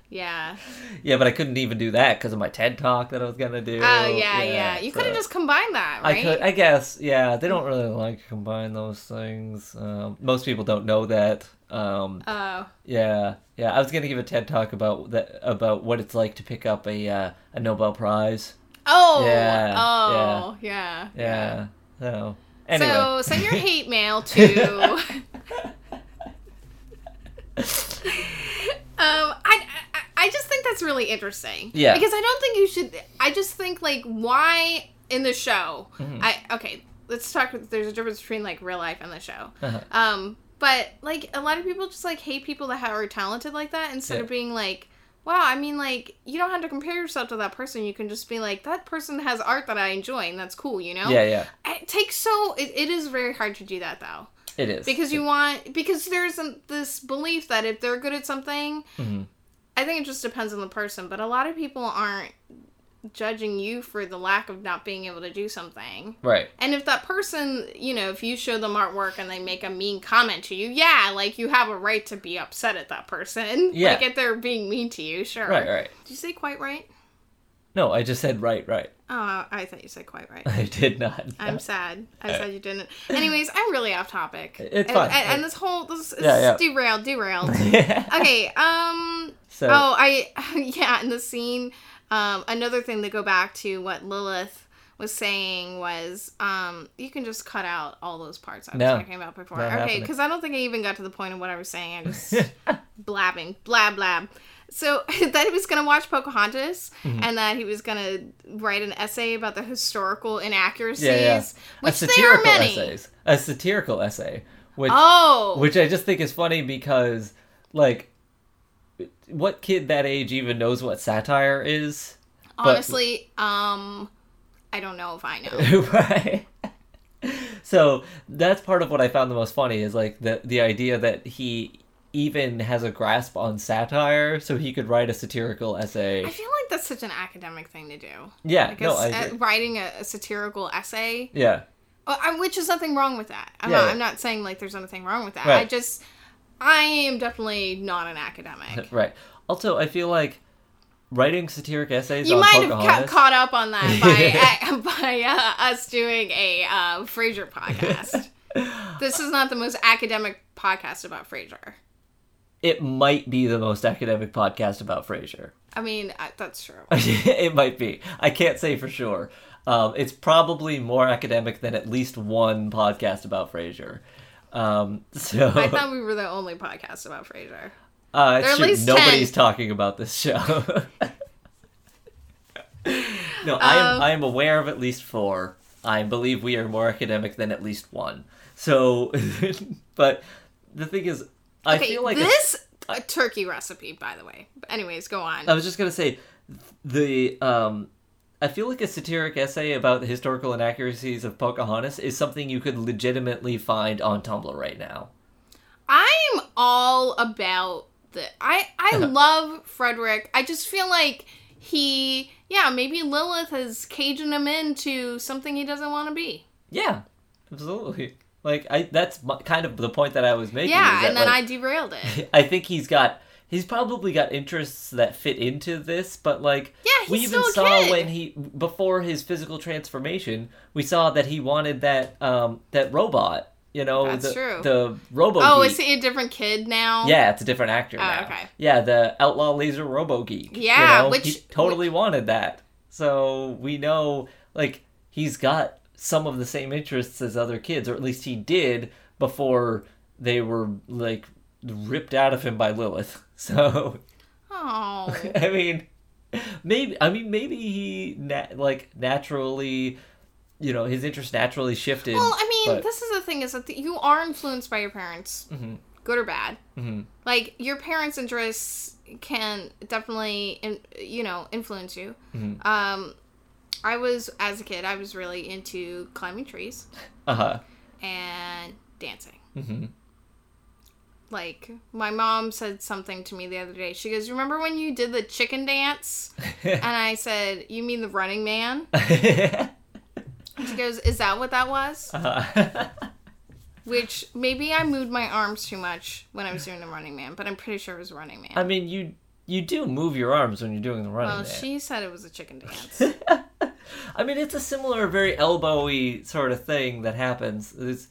B: yeah.
A: at. Yeah, but I couldn't even do that because of my TED talk that I was gonna do.
B: Oh yeah, yeah. You could have
A: so-
B: just combined that, right?
A: I could, I guess, yeah. They don't really like to combine those things. Um, most people don't know that. Um,
B: Oh.
A: yeah, yeah. I was gonna give a TED talk about that about what it's like to pick up a uh, a Nobel Prize.
B: Oh.
A: Yeah,
B: Oh. Yeah.
A: Yeah. So anyway,
B: So send your hate mail to. Um, I, I I just think that's really interesting.
A: Yeah.
B: Because I don't think you should. I just think like why in the show.
A: Mm-hmm.
B: I okay. Let's talk. There's a difference between like real life and the show.
A: Uh-huh.
B: Um, but like a lot of people just like hate people that are talented like that instead
A: Yeah.
B: of being like. Wow, I mean, like, you don't have to compare yourself to that person. You can just be like, that person has art that I enjoy, and that's cool, you know?
A: yeah, yeah.
B: It takes so. It, it is very hard to do that, though
A: It is
B: because you want because there's um, this belief that if they're good at something
A: Mhm.
B: i think it just depends on the person but a lot of people aren't judging you for the lack of not being able to do something
A: right.
B: and if that person you know if you show them artwork and they make a mean comment to you yeah like you have a right to be upset at that person
A: Yeah.
B: like if they're being mean to you sure
A: Right, right.
B: did you say quite right
A: No, I just said right, right.
B: oh i thought you said quite right
A: I did not.
B: I'm sad. I'm sad you didn't. Anyways, I'm really off topic.
A: Uh, It's
B: and,
A: fine.
B: And, and this whole this is
A: Yeah, yeah.
B: derailed, derailed.
A: yeah.
B: okay. Um.
A: So
B: oh, I yeah. In the scene, um, another thing to go back to what Lilith was saying was, um, you can just cut out all those parts I was
A: No.
B: talking about before.
A: Not
B: okay,
A: happening.
B: because I don't think I even got to the point of what I was saying. I just blabbing, blab blab. So that he was gonna watch Pocahontas
A: Mm-hmm.
B: and that he was gonna write an essay about the historical inaccuracies,
A: yeah, yeah.
B: which there are many.
A: essays. A satirical essay, which
B: Oh,
A: which I just think is funny because like what kid that age even knows what satire is? But-
B: honestly, um, I don't know if I know.
A: right. So that's part of what I found the most funny is like the the idea that he even has a grasp on satire, so he could write a satirical essay.
B: I feel like that's such an academic thing to do.
A: Yeah,
B: Like
A: no,
B: a,
A: I
B: s-
A: agree.
B: uh, writing a, a satirical essay,
A: yeah,
B: Uh, I- which is nothing wrong with that. I'm,
A: Yeah,
B: not,
A: yeah.
B: I'm not saying like there's anything wrong with that. I
A: Right.
B: just, I am definitely not an academic.
A: right. Also, I feel like writing satiric essays.
B: You
A: on
B: might have ca-
A: Pocahontas-
B: caught up on that by uh, by uh, us doing a uh, Frasier podcast. this is not the most academic podcast about Frasier.
A: It might be the most academic podcast about Frasier.
B: I mean, I, that's true.
A: it might be. I can't say for sure. Um, it's probably more academic than at least one podcast about Frasier. Um, so
B: I thought we were the only podcast about Frasier.
A: uh,
B: there are at
A: shoot,
B: least
A: nobody's
B: 10.
A: talking about this show. no, I
B: Um,
A: am. I am aware of at least four. I believe we are more academic than at least one. So, but the thing is, I
B: Okay,
A: feel like a-
B: this a turkey recipe, by the way. But anyways, go on.
A: I was just gonna say the um I feel like a satiric essay about the historical inaccuracies of Pocahontas is something you could legitimately find on Tumblr right now.
B: I'm all about the. I I
A: Uh-huh.
B: love Frederick. I just feel like he, yeah, maybe Lilith is caging him into something he doesn't want to be.
A: Yeah, absolutely. Like I, that's my, kind of the point that I was making.
B: Yeah,
A: is that,
B: and then
A: like,
B: I derailed it.
A: I think he's got he's probably got interests that fit into this, but like
B: Yeah,
A: we
B: he's
A: even
B: still a
A: saw
B: kid.
A: when he before his physical transformation, we saw that he wanted that um that robot, you know,
B: That's
A: the
B: true.
A: the robo.
B: Oh,
A: geek.
B: is he a different kid now?
A: Yeah, it's a different actor.
B: Oh,
A: now.
B: okay.
A: Yeah, the outlaw laser robo geek.
B: Yeah,
A: he
B: which-
A: totally wanted that. So we know, like, he's got some of the same interests as other kids, or at least he did before they were like ripped out of him by Lilith. So
B: Oh.
A: I mean, maybe I mean maybe he na- like naturally, you know, his interest naturally shifted.
B: Well, I mean,
A: but- Mm-hmm.
B: this is the thing is that you are influenced by your parents, good or bad. Like your parents' interests can definitely, in, you know, influence you.
A: Mm-hmm.
B: Um, I was as a kid, I was really into climbing trees
A: uh-huh.
B: and dancing. Like my mom said something to me the other day. She goes, "Remember when you did the chicken dance?" and I said, "You mean the Running Man?" And she goes, "Is that what that
A: Uh-huh.
B: was?" Which maybe I moved my arms too much when I was doing the Running Man, but I'm pretty sure it was Running Man.
A: I mean, you you do move your arms when you're doing the running.
B: well,
A: man.
B: she said it was a chicken dance.
A: I mean, it's a similar, very elbowy sort of thing that happens. It's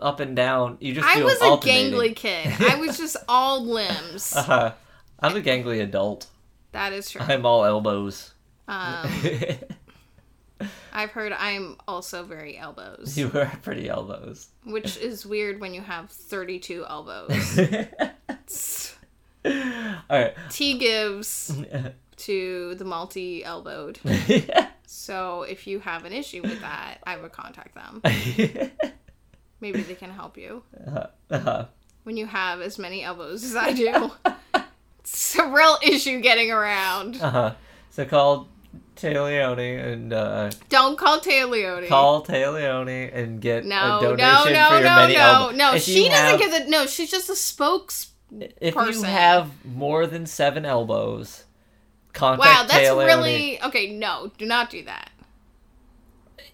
A: up and down. You just
B: I
A: do
B: was
A: it
B: a
A: alternating.
B: gangly kid. I was just all limbs.
A: Uh, I'm a gangly adult.
B: That is true.
A: I'm all elbows.
B: Um, I've heard I'm also very elbows,
A: you were pretty elbows.
B: which is weird when you have 32 elbows.
A: all right.
B: T gives to the multi elbowed. So if you have an issue with that, I would contact them. Maybe they can help you.
A: Uh-huh.
B: When you have as many elbows as I do, it's a real issue getting around.
A: uh-huh. So call Taleone and uh,
B: Don't call Tay Leone.
A: call Taleone and get
B: no,
A: a
B: no,
A: donation
B: no,
A: for
B: no,
A: your
B: no,
A: many
B: no,
A: elbows.
B: no.
A: If
B: She
A: you have-
B: doesn't get the. No, she's just a spokes.
A: If
B: person.
A: you have more than seven elbows, contact
B: Wow, that's
A: Taleone.
B: really okay. No, do not do that.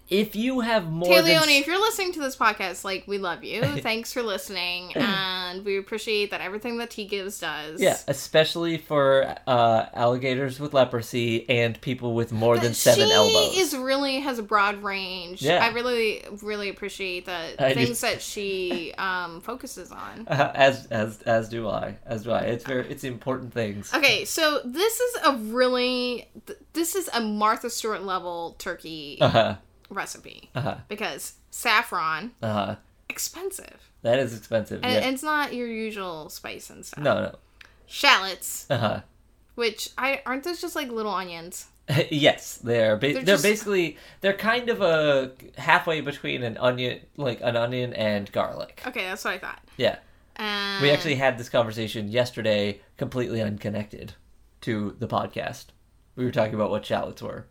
A: If you have more
B: Tay
A: than
B: Leone, if you're listening to this podcast, like we love you. Thanks for listening, and we appreciate that everything that T gives does.
A: Yeah, especially for uh, alligators with leprosy and people with more than seven
B: she
A: elbows.
B: is really has a broad range.
A: Yeah.
B: I really, really appreciate the
A: I do.
B: things that she um, focuses on.
A: as as as do I. As do I. It's very it's important things.
B: Okay, so this is a really th- this is a Martha Stewart level turkey
A: Uh-huh.
B: recipe
A: Uh-huh.
B: because saffron
A: Uh-huh.
B: expensive
A: That is expensive.
B: and
A: yeah.
B: it's not your usual spice and stuff.
A: no, no.
B: Shallots,
A: Uh-huh.
B: which I aren't those just like little onions?
A: yes, they're ba-
B: They're
A: they're,
B: just-
A: basically they're kind of a halfway between an onion like an onion and garlic.
B: Okay, that's what I thought.
A: Yeah.
B: And
A: We actually had this conversation yesterday completely unconnected to the podcast. We were talking about what shallots were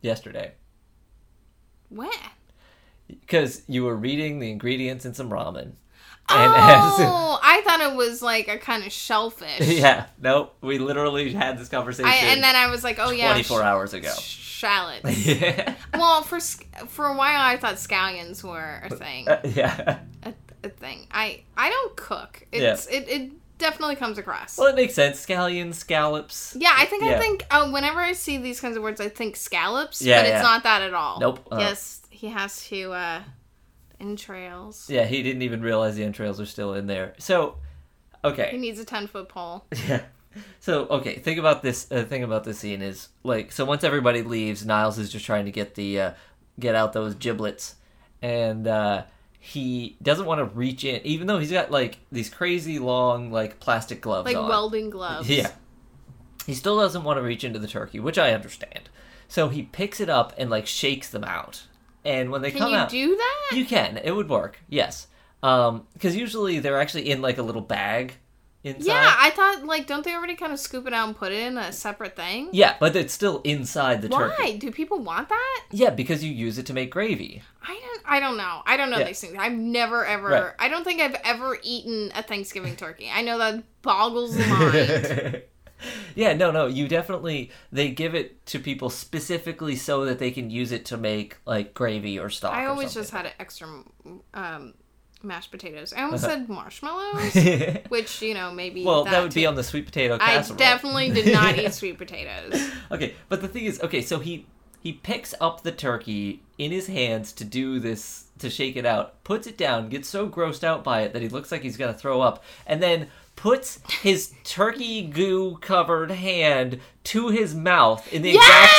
A: yesterday.
B: when?
A: because you were reading the ingredients in some ramen. And
B: Oh, I thought it was like a kind of shellfish.
A: yeah, no, we literally had this conversation
B: I, and then I was like, oh yeah,
A: 24 hours ago.
B: sh- shallots.
A: yeah.
B: well, for sc- for a while, I thought scallions were a thing.
A: uh, yeah.
B: A, a thing. I I don't cook. It's it, it definitely comes across.
A: Well, it makes sense. Scallions, scallops.
B: Yeah, I think I
A: Yeah.
B: think uh, whenever I see these kinds of words, I think scallops,
A: Yeah,
B: but it's
A: yeah.
B: not that at all.
A: Nope. Uh.
B: yes, he has to uh, entrails.
A: Yeah, he didn't even realize the entrails are still in there. So,
B: He
A: okay.
B: needs a ten foot pole.
A: Yeah. So, okay, think about this uh, thing about this scene is like so once everybody leaves, Niles is just trying to get the uh, get out those giblets and uh he doesn't want to reach in even though he's got like these crazy long like plastic gloves
B: Like
A: on.
B: welding gloves.
A: Yeah. He still doesn't want to reach into the turkey, which I understand. So he picks it up and like shakes them out. And when they
B: Can
A: come
B: you
A: out,
B: do that?
A: you can. It would work. Yes. Um, because usually they're actually in like a little bag inside.
B: yeah, I thought like don't they already kind of scoop it out and put it in a separate thing?
A: Yeah, but it's still inside the
B: Why
A: turkey.
B: do people want that?
A: Yeah, because you use it to make gravy.
B: I don't. I don't know. I don't know
A: Yeah.
B: these things. I've never ever.
A: Right.
B: I don't think I've ever eaten a Thanksgiving turkey. I know that boggles the mind.
A: yeah, no, no. You definitely they give it to people specifically so that they can use it to make like gravy or stock.
B: I
A: or
B: always just
A: something.
B: had an extra um, mashed potatoes. I almost said marshmallows, which you know maybe.
A: Uh-huh. well, that, would be
B: too.
A: on the sweet potato
B: I
A: casserole.
B: definitely did not eat sweet potatoes.
A: okay but the thing is okay so he he picks up the turkey in his hands to do this to shake it out puts it down gets so grossed out by it that he looks like he's gonna throw up and then puts his turkey goo covered hand to his mouth in the exact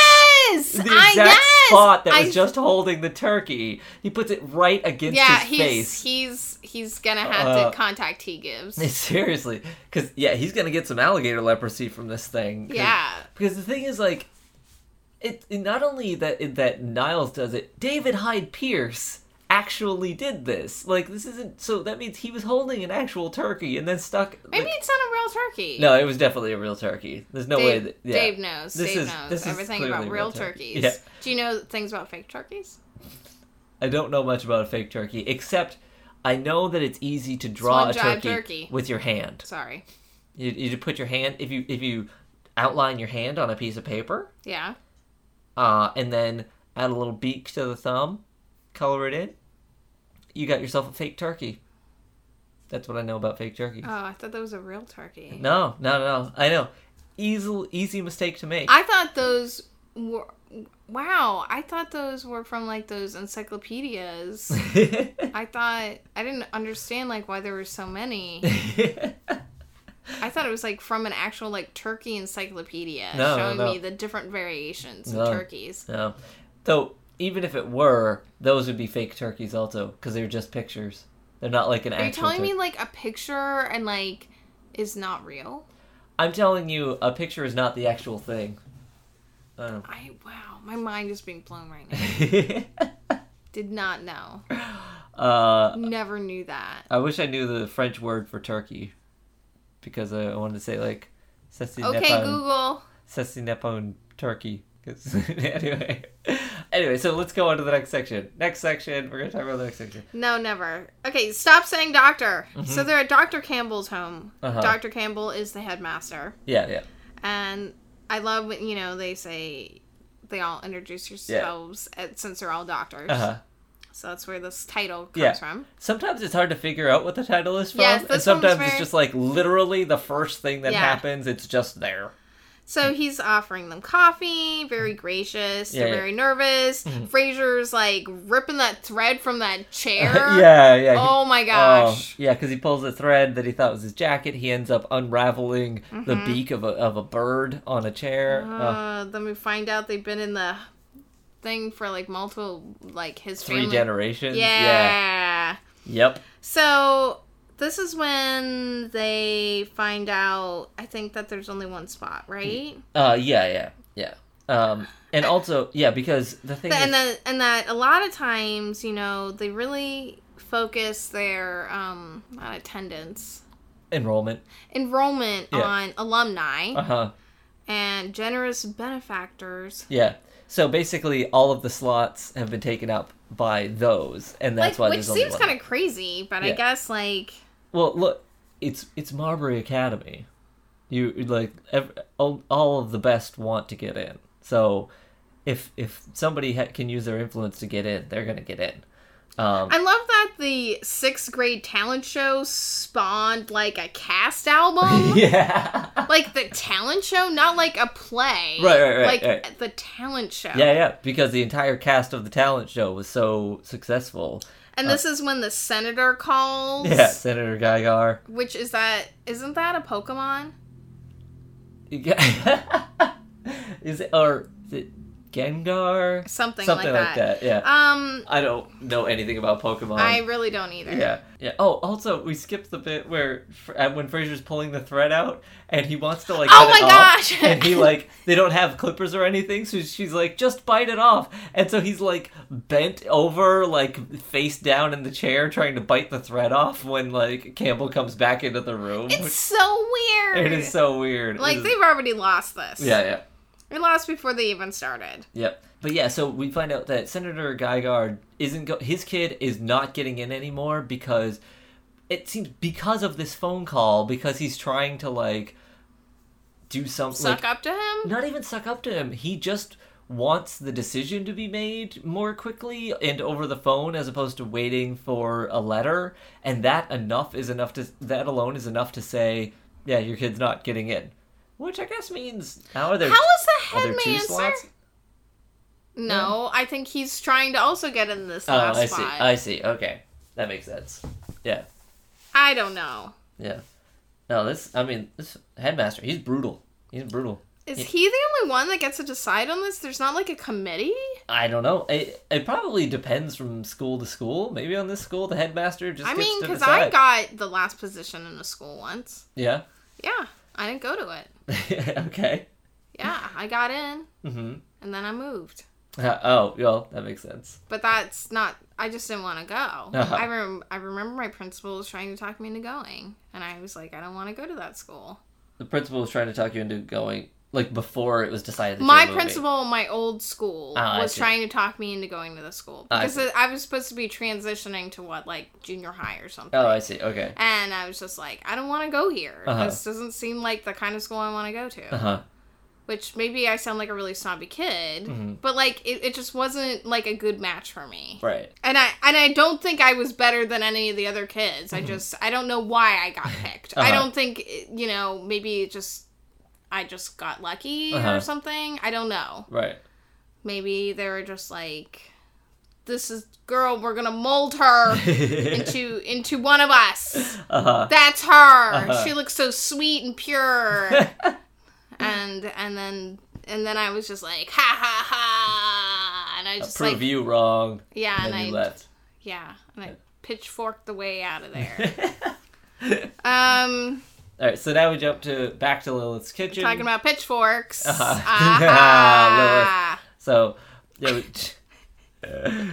B: Yes,
A: the
B: I,
A: exact
B: yes!
A: spot that was
B: I-
A: just holding the turkey. He puts it right against
B: Yeah,
A: his
B: he's
A: face.
B: he's he's gonna have
A: Uh,
B: to contact T Gibbs.
A: Seriously, because yeah, he's gonna get some alligator leprosy from this thing. 'Cause-
B: Yeah.
A: because the thing is, like, it, it not only that that Niles does it. David Hyde Pierce actually did this. Like, this isn't so. That means he was holding an actual turkey and then stuck.
B: Maybe
A: like-
B: it's not a real turkey.
A: no, it was definitely a real turkey. There's no way
B: Dave,
A: that yeah.
B: Dave knows.
A: This
B: Dave
A: is- this
B: knows
A: is
B: everything about
A: clearly
B: real,
A: real turkey.
B: turkeys.
A: Yeah.
B: Do you know things about fake turkeys?
A: I don't know much about a fake turkey except. I know that it's easy to draw a
B: one drive
A: turkey,
B: turkey.
A: with your hand.
B: Sorry.
A: You, you put your hand if you if you outline your hand on a piece of paper,
B: Yeah.
A: uh, and then add a little beak to the thumb, color it in. You got yourself a fake turkey. That's what I know about fake turkey.
B: Oh, I thought that was a real turkey.
A: No, no, no. I know. Easy, easy mistake to make.
B: I thought those were. Wow, I thought those were from like those encyclopedias. I thought I didn't understand like why there were so many. I thought it was like from an actual like turkey encyclopedia
A: No, no,
B: showing
A: no.
B: me the different variations
A: No.
B: of turkeys.
A: no. So even if it were, those would be fake turkeys also, because they're just pictures. They're not like an
B: Are you
A: actual.
B: telling
A: turkey.
B: me like a picture and like is not real?
A: I'm telling you, a picture is not the actual thing. I don't
B: I wow, my mind is being blown right now. Did not know.
A: know. uh,
B: Never knew that.
A: I wish I knew the French word for turkey, because I wanted to say like, "Ceci n'est
B: Okay,
A: pas un-
B: Google.
A: ceci n'est pas un turkey." 'Cause- anyway, anyway, so let's go on to the next section. Next section, we're gonna talk about the next section.
B: No, never. Okay, stop saying doctor. So they're at Dr. Campbell's home.
A: Mm-hmm. Uh-huh.
B: Dr. Campbell is the headmaster.
A: Yeah, yeah.
B: And I love when, you know, they say they all introduce yourselves at, since they're all doctors.
A: Uh huh.
B: So that's where this title comes
A: Yeah.
B: from.
A: Sometimes it's hard to figure out what the title is from,
B: Yes,
A: and
B: this
A: sometimes
B: one's
A: it's
B: very-
A: just like literally the first thing that
B: Yeah.
A: happens. It's just there.
B: So he's offering them coffee, very gracious.
A: Mm-hmm. Yeah,
B: they're
A: yeah. Mm-hmm.
B: very nervous. Fraser's like ripping that thread from that chair.
A: yeah, yeah. he-
B: Oh my
A: Oh,
B: gosh.
A: yeah, because he pulls a thread that he thought was his jacket. He ends up unraveling the
B: Mm-hmm.
A: beak of a of a bird on a chair. Uh,
B: Uh, then we find out they've been in the thing for like multiple, like his
A: three
B: family.
A: generations.
B: yeah.
A: Yep.
B: So this is when they find out. I think that there's only one spot, right?
A: Uh. Yeah. Yeah. Yeah. Um. And also, yeah, because the thing is,
B: And that and that a lot of times, you know, they really focus their um not attendance
A: enrollment.
B: enrollment
A: Yeah.
B: on alumni
A: Uh huh.
B: and generous benefactors.
A: Yeah. So basically, all of the slots have been taken up by those, and that's why
B: like, which
A: there's only
B: seems
A: one.
B: kind of crazy, but I
A: Yeah.
B: guess like
A: Well, look, it's it's Marbury Academy. You like ev all, all of the best want to get in. So if if somebody ha- can use their influence to get in, they're gonna get in. Um,
B: I love that the sixth grade talent show spawned like a cast album.
A: yeah,
B: like the talent show, not like a play.
A: Right, right, right,
B: Like
A: right.
B: the talent show.
A: yeah, yeah. Because the entire cast of the talent show was so successful.
B: And this is when the senator calls.
A: Yeah, Senator Geiger.
B: Which is that? Isn't that a Pokemon?
A: is it or is it Gengar?
B: Something,
A: Something
B: like,
A: like
B: that.
A: that. Yeah.
B: Um,
A: I don't know anything about Pokemon.
B: I really don't either.
A: Yeah, yeah. Oh, also, we skipped the bit where Fr- uh, when Fraser's pulling the thread out and he wants to like.
B: Oh
A: cut it
B: my
A: off,
B: gosh!
A: and he like they don't have clippers or anything, so she's like, just bite it off. And so he's like bent over, like face down in the chair, trying to bite the thread off. When like Campbell comes back into the room,
B: It's so weird.
A: it is so weird.
B: like
A: It is-
B: they've already lost this.
A: Yeah, yeah.
B: They lost before they even started.
A: Yep. But yeah, so we find out that Senator Geiger isn't go- his kid is not getting in anymore because it seems because of this phone call because he's trying to like do something
B: Suck up to him.
A: not even suck up to him. He just wants the decision to be made more quickly and over the phone as opposed to waiting for a letter and that enough is enough to that alone is enough to say yeah your kid's not getting in which i guess means how are there
B: How is the
A: are there two
B: headmaster?
A: slots
B: No, I think he's trying to also get in this
A: Oh,
B: last
A: I
B: spot.
A: see. I see. Okay, that makes sense. Yeah,
B: I don't know.
A: yeah. No, this. I mean, this headmaster. He's brutal. He's brutal.
B: Is he the only one that gets to decide on this? There's not like a committee?
A: I don't know. It it probably depends from school to school. Maybe on this school, the headmaster just.
B: I
A: gets
B: mean,
A: to
B: because
A: decide.
B: I got the last position in a school once.
A: Yeah.
B: Yeah, I didn't go to it.
A: okay.
B: Yeah, I got in
A: Mm-hmm.
B: and then I moved.
A: Uh, oh, well, that makes sense.
B: But that's not, I just didn't want to go.
A: Uh-huh.
B: I, rem- I remember my principal was trying to talk me into going. And I was like, I don't want to go to that school.
A: The principal was trying to talk you into going like before it was decided. That
B: my
A: you're moving.
B: principal in my old school
A: Oh, I
B: was
A: see. Oh,
B: trying to talk me into going to the school
A: I
B: because
A: see.
B: I was supposed to be transitioning to what like junior high or something.
A: Oh, I see. Okay.
B: and I was just like, I don't want to go here.
A: Uh-huh.
B: This doesn't seem like the kind of school I want to go to.
A: Uh huh.
B: Which maybe I sound like a really snobby kid,
A: Mm-hmm.
B: but like it, it just wasn't like a good match for me.
A: Right.
B: And I and I don't think I was better than any of the other kids. I just I don't know why I got picked. I
A: Mm-hmm. Uh-huh.
B: don't think you know maybe it just I just got lucky
A: Uh-huh.
B: or something. I don't know
A: Right.
B: maybe they were just like this is girl we're gonna mold her into into one of us
A: Uh-huh.
B: that's her she looks so sweet and pure and and then and then i was just like ha ha ha and i just
A: Prove
B: like
A: you wrong.
B: yeah
A: And
B: and,
A: then
B: i
A: you left.
B: yeah and i pitchforked the way out of there um
A: All right. So now we jump to back to Lilith's kitchen.
B: talking about pitchforks
A: Uh-huh.
B: Ah-ha.
A: So, yeah, we,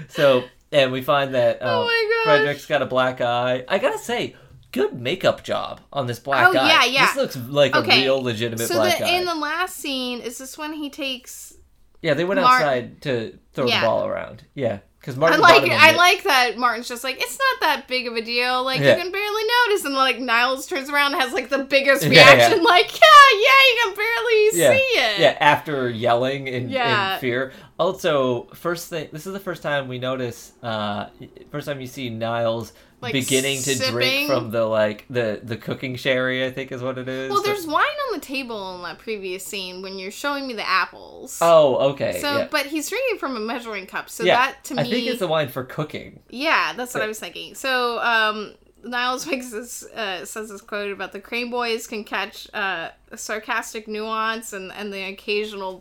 A: so and we find that uh,
B: Oh my gosh.
A: Frederick's got a black eye. I gotta say, good makeup job on this black
B: Oh,
A: eye.
B: yeah, yeah.
A: This looks like
B: Okay,
A: a real legitimate
B: so
A: black
B: the,
A: eye.
B: in the last scene is this when he takes
A: yeah, they went
B: Mar-
A: outside to throw
B: Yeah.
A: the ball around. Yeah, because
B: I
A: Martin.
B: like
A: Donovan
B: I
A: did-
B: like that Martin's just like it's not that big of a deal. Like
A: Yeah.
B: you can barely notice, and like Niles turns around and has like the biggest
A: Yeah, yeah.
B: reaction. Like yeah, yeah, you can barely
A: Yeah,
B: see it.
A: yeah. After yelling in, in
B: Yeah.
A: fear. Also, first thing. This is the first time we notice. Uh, first time you see Niles
B: Like,
A: beginning to
B: sipping?
A: drink from the like the the cooking sherry. I think is what it is.
B: Well, there's wine on the table in that previous scene when you're showing me the apples.
A: Oh, okay.
B: So,
A: yeah.
B: but he's drinking from a measuring cup. So
A: Yeah,
B: that to me,
A: I think it's the wine for cooking.
B: Yeah, that's what I was thinking. So, um, Niles makes this uh, says this quote about the Crane Boys can catch uh, sarcastic nuance and, and the occasional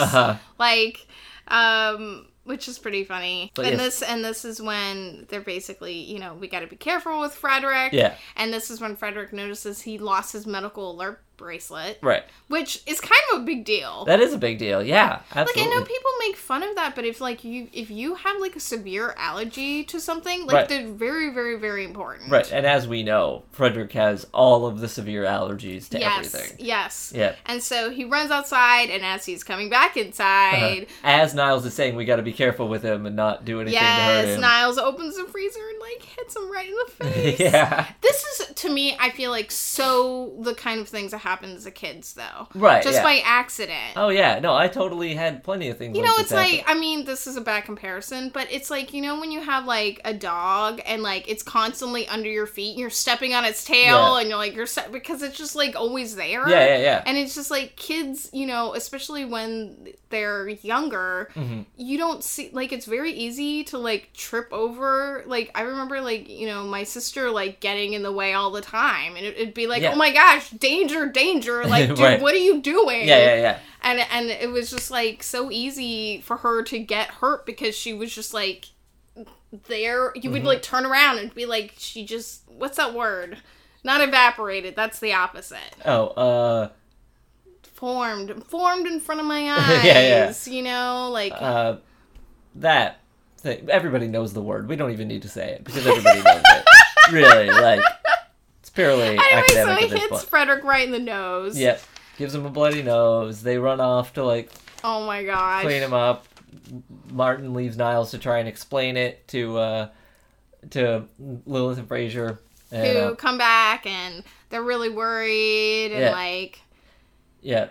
A: Uh-huh.
B: like, um, which is pretty funny.
A: But
B: and
A: yes.
B: this and this is when they're basically, you know, we got to be careful with Frederick.
A: Yeah.
B: And this is when Frederick notices he lost his medical alert bracelet,
A: Right.
B: which is kind of a big deal.
A: That is a big deal. Yeah.
B: Like
A: Absolutely.
B: I know people make fun of that, but if like you if you have like a severe allergy to something, like
A: Right.
B: they're very very very important.
A: Right. And as we know, Frederick has all of the severe allergies to
B: yes.
A: everything.
B: Yes.
A: Yeah.
B: And so he runs outside, and as he's coming back inside,
A: Uh, As Niles is saying, we got to be careful with him and not do anything Uh-huh. to hurt
B: yes,
A: him.
B: Niles opens the freezer and like hits him right in the face.
A: yeah.
B: This is to me, I feel like so the kind of things that happens to kids though,
A: Right,
B: Just
A: yeah.
B: by accident.
A: Oh yeah. No, I totally had plenty of things.
B: You
A: like
B: know,
A: this
B: it's like
A: happen.
B: I mean, this is a bad comparison, but it's like you know when you have like a dog and like it's constantly under your feet, and you're stepping on its tail,
A: Yeah.
B: and you're like you're se- because it's just like always there.
A: Yeah, yeah, yeah.
B: And it's just like kids, you know, especially when they're younger,
A: Mm-hmm.
B: you don't see like it's very easy to like trip over. Like I remember like you know my sister like getting in the way all the time, and it, it'd be like,
A: Yeah.
B: oh my gosh, danger, danger! Like, dude,
A: Right.
B: what are you doing?
A: yeah, yeah, yeah.
B: and and it was just like so easy for her to get hurt because she was just like there you
A: Mm-hmm.
B: would like turn around and be like she just what's that word not evaporated that's the opposite
A: Oh, uh,
B: formed formed in front of my eyes
A: yeah.
B: you know like
A: uh, that thing. Everybody knows the word. We don't even need to say it because everybody knows it. Really, like it's purely
B: anyway so
A: academic
B: he
A: at this
B: hits
A: point.
B: frederick right in the nose
A: Yep. Gives him a bloody nose. They run off to like
B: oh my gosh
A: clean him up. Martin leaves Niles to try and explain it to uh to Lilith and Frazier.
B: who
A: And, uh,
B: come back and they're really worried and
A: Yeah.
B: like
A: yeah.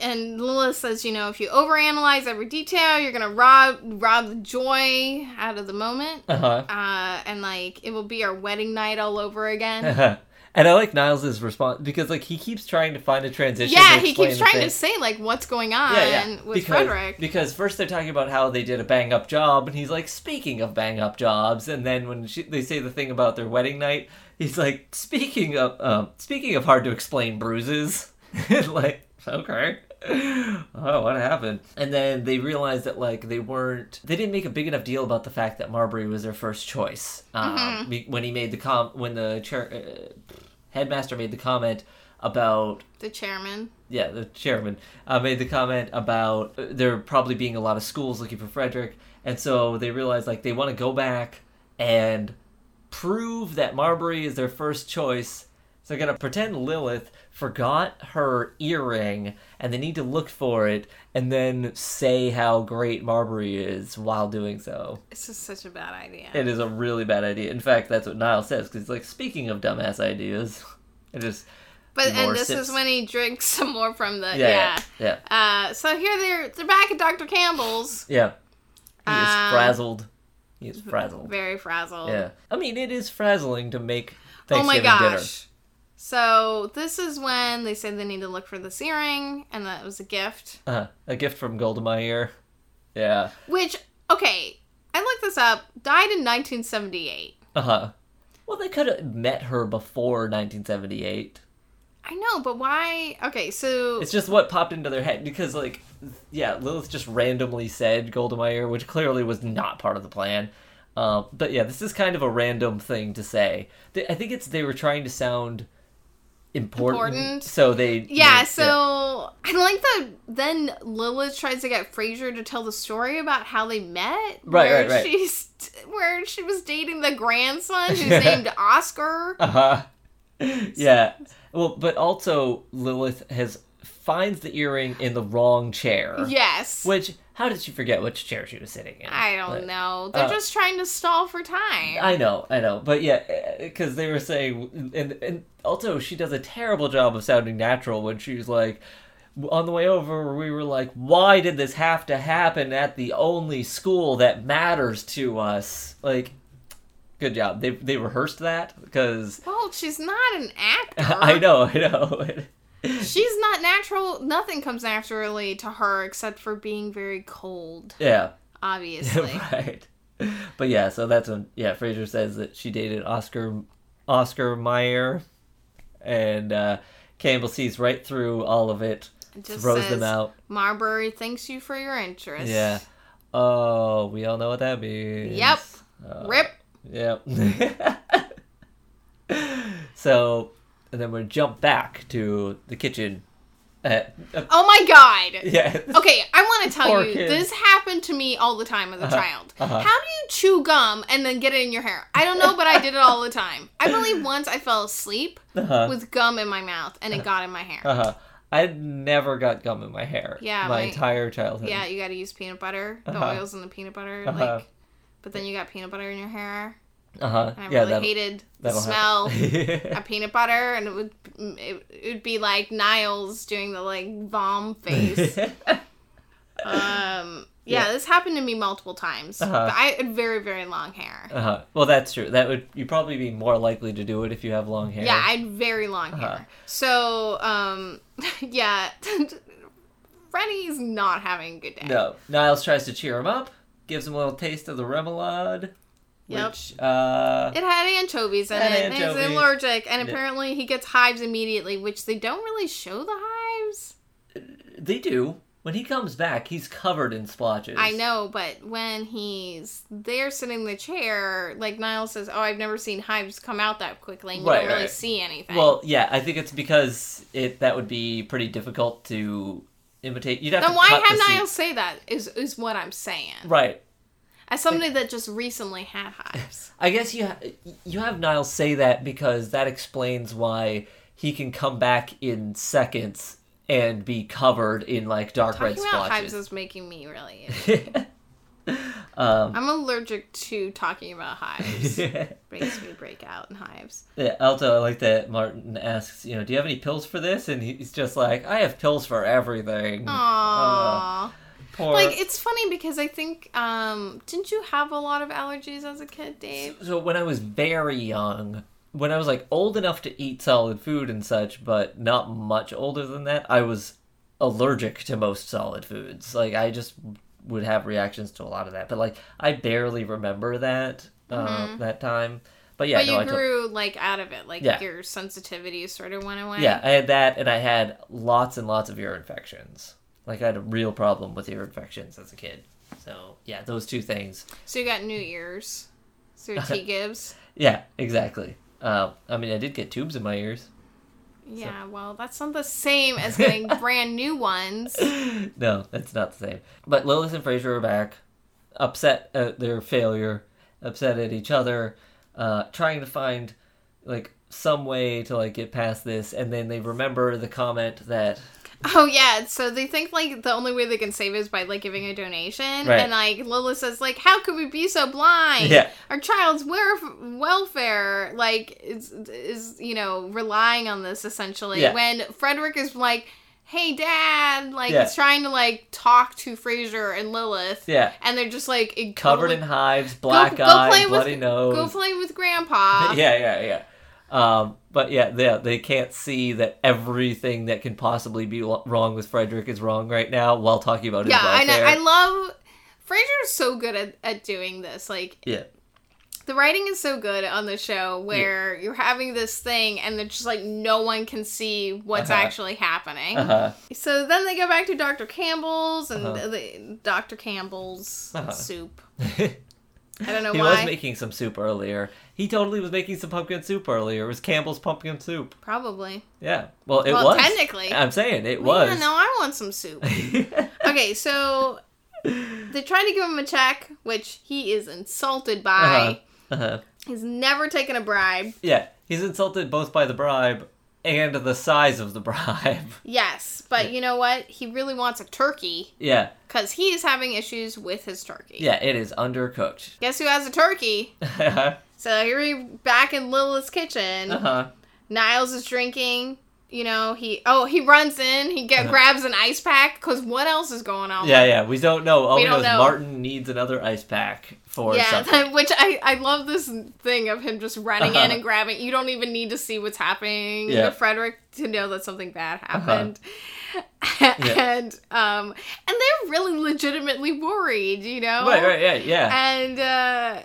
B: and Lilith says, you know, if you overanalyze every detail, you're gonna rob rob the joy out of the moment.
A: Uh
B: Uh, and like it will be our wedding night all over again.
A: huh. and I like Niles' response because like he keeps trying to find a transition.
B: yeah,
A: to
B: he
A: explain
B: keeps
A: the
B: trying
A: thing.
B: to say like what's going on
A: yeah, yeah.
B: with
A: because,
B: Frederick.
A: Because first they're talking about how they did a bang up job, and he's like, "Speaking of bang up jobs," and then when she, they say the thing about their wedding night, he's like, "Speaking of um, speaking of hard to explain bruises," and like, okay. Oh, what happened? And then they realized that like they weren't, they didn't make a big enough deal about the fact that Marbury was their first choice um,
B: Mm-hmm.
A: be- when he made the com when the chair, uh, headmaster made the comment about
B: the chairman.
A: yeah, the chairman uh, made the comment about uh, there probably being a lot of schools looking for Frederick, and so they realized like they want to go back and prove that Marbury is their first choice, So they're gonna pretend Lilith forgot her earring, and they need to look for it, and then say how great Marbury is while doing so.
B: This is such a bad idea.
A: It is a really bad idea. In fact, that's what Niall says because he's like, speaking of dumbass ideas, it just
B: but
A: more
B: and this
A: sips.
B: is when he drinks some more from the yeah.
A: yeah yeah
B: Uh, so here they're they're back at Dr. Campbell's.
A: yeah. He is
B: Um,
A: frazzled. He is frazzled.
B: Very frazzled.
A: Yeah. I mean, it is frazzling to make
B: Oh my
A: Thanksgiving dinner.
B: gosh. So this is when they said they need to look for this earring, and that was a gift.
A: Uh, a gift from Goldemeyer. Yeah.
B: Which okay, I looked this up. Died in 1978.
A: Uh huh. Well, they could have met her before 1978.
B: I know, but why? Okay, so
A: It's just what popped into their head because, like, yeah, Lilith just randomly said Goldemeyer, which clearly was not part of the plan. Uh, but yeah, this is kind of a random thing to say. They, I think it's they were trying to sound important,
B: Important.
A: so they
B: yeah,
A: they-
B: so I like that. Then Lilith tries to get Frasier to tell the story about how they met,
A: Right,
B: where
A: right, right.
B: She's where she was dating the grandson who's named Oscar.
A: Uh-huh. Yeah. Well, but also Lilith has finds the earring in the wrong chair.
B: Yes,
A: Which how did she forget which chair she was sitting in?
B: I don't
A: Like,
B: know. They're
A: uh,
B: just trying to stall for time.
A: I know, I know. But yeah, because they were saying, and, and also she does a terrible job of sounding natural when she's like, on the way over, we were like, why did this have to happen at the only school that matters to us? Like, good job. They, they rehearsed that because
B: well, she's not an actor.
A: I know, I know.
B: She's not natural. Nothing comes naturally to her except for being very cold,
A: yeah.
B: obviously.
A: right. But yeah, so that's when yeah, Fraser says that she dated Oscar Oscar Meyer and uh Campbell sees right through all of it,
B: just
A: throws
B: says-
A: them out.
B: Marbury thanks you for your interest.
A: Yeah. Oh, we all know what that means.
B: Yep.
A: Uh,
B: Rip.
A: Yep. so and then we jump back to the kitchen. At, uh,
B: Oh my god.
A: yeah.
B: Okay, I want to tell
A: Poor
B: you,
A: kid.
B: this happened to me all the time as a child.
A: uh-huh.
B: How do you chew gum and then get it in your hair? I don't know, but I did it all the time. I believe once I fell asleep
A: Uh-huh.
B: with gum in my mouth and it got in my hair.
A: Uh-huh. I never got gum in my hair.
B: Yeah,
A: My
B: my-
A: entire childhood.
B: Yeah, you got to use peanut butter, the
A: Uh-huh.
B: oils in the peanut butter,
A: Uh-huh.
B: like. But then you got peanut butter in your hair,
A: Uh huh.
B: and I
A: yeah,
B: really
A: that'll-
B: hated the
A: that'll
B: smell.
A: happen.
B: of peanut butter, and it would it, it would be like Niles doing the like vom face. um yeah, this happened to me multiple times
A: Uh-huh.
B: but i had very very long hair
A: uh-huh. Well, that's true. That would you probably be more likely to do it if you have long hair.
B: yeah i had very long
A: Uh-huh.
B: hair so um yeah freddy's not having a good day
A: No. Niles tries to cheer him up, gives him a little taste of the remoulade,
B: Yep.
A: which uh,
B: it had anchovies in
A: Had
B: it and
A: anchovies.
B: he's allergic and
A: Yeah.
B: apparently he gets hives immediately which they don't really show the hives
A: they do. When he comes back, he's covered in splotches.
B: I know, but when he's there sitting in the chair, like Niall says, Oh, I've never seen hives come out that quickly, and you
A: Right,
B: don't really
A: right.
B: see anything.
A: Well, yeah, I think it's because it that would be pretty difficult to imitate. You'd have
B: then
A: to
B: why
A: cut
B: have
A: the se-
B: Niall say that is is what I'm saying.
A: Right.
B: As somebody that just recently had hives.
A: I guess you ha- you have Niles say that because that explains why he can come back in seconds and be covered in like dark red
B: Talking about hives
A: splotches.
B: is making me really I'm allergic to talking about hives. Makes me break out in hives.
A: yeah, Alto, I like that Martin asks, you know, do you have any pills for this? And he's just like, I have pills for everything. Uh,
B: Aww.
A: Poor-
B: like it's funny because I think um didn't you have a lot of allergies as a kid, Dave?
A: so when I was very young, when I was like old enough to eat solid food and such, but not much older than that, I was allergic to most solid foods. Like I just would have reactions to a lot of that, but like I barely remember that uh, that time. But yeah,
B: Mm-hmm. But
A: no,
B: you
A: I tot-
B: grew like out of it, like
A: Yeah.
B: your sensitivity sort of went away.
A: yeah, I had that, and I had lots and lots of ear infections. Like I had a real problem with ear infections as a kid. So yeah, those two things.
B: So you got new ears. So your T Gibbs.
A: Yeah, exactly. Uh, I mean, I did get tubes in my ears.
B: Yeah, well, that's not the same as getting brand new ones.
A: no, that's not the same. But Lilith and Fraser are back, upset at their failure, upset at each other, uh, trying to find like some way to like get past this, and then they remember the comment that
B: Oh yeah, so they think like the only way they can save is by like giving a donation,
A: Right.
B: and like Lila says like, "How could we be so blind?
A: Yeah.
B: Our child's welf- welfare like is is you know relying on this essentially."
A: Yeah.
B: When Frederick is like, "Hey, Dad," like
A: Yeah.
B: he's trying to like talk to Fraser and Lilith,
A: yeah,
B: and they're just like it-
A: covered
B: go-
A: in hives, black
B: go
A: eye,
B: play with-
A: bloody nose.
B: Go play with Grandpa.
A: yeah, yeah, yeah. Um, but yeah, they, they can't see that everything that can possibly be lo- wrong with Frederick is wrong right now while talking about his
B: yeah, and
A: welfare.
B: I, I love. Frasier's so good at, at doing this. Like,
A: yeah,
B: the writing is so good on the show where you're having this thing and it's just like no one can see what's
A: Uh-huh.
B: actually happening.
A: uh-huh.
B: So then they go back to Dr. Campbell's and
A: Uh-huh.
B: the, Dr. Campbell's
A: Uh-huh.
B: soup. I don't know
A: he
B: why.
A: was making some soup earlier. He totally was making some pumpkin soup earlier. It was Campbell's pumpkin soup.
B: Probably.
A: Yeah, well, it
B: Well,
A: was
B: technically.
A: I'm saying it
B: Yeah,
A: was.
B: no, I want some soup. okay, so they try to give him a check, which he is insulted by.
A: uh-huh.
B: He's never taken a bribe.
A: Yeah, he's insulted both by the bribe and the size of the bribe.
B: Yes, but you know what? He really wants a turkey
A: Yeah,
B: because he is having issues with his turkey.
A: yeah, it is undercooked.
B: Guess who has a turkey?
A: uh
B: So here we back in Lilith's kitchen.
A: huh.
B: Niles is drinking. You know he oh he runs in. He get, grabs an ice pack because what else is going on?
A: Uh-huh. Yeah, yeah, we don't know. All
B: We
A: we,
B: don't
A: know is
B: know.
A: Martin needs another ice pack for
B: Yeah,
A: something.
B: which I, I love this thing of him just running in
A: Uh-huh.
B: and grabbing. You don't even need to see what's happening
A: Yeah. Uh-huh.
B: to Frederick to know that something bad happened. and um and they're really legitimately worried, you know.
A: Right, right, yeah, yeah.
B: and uh,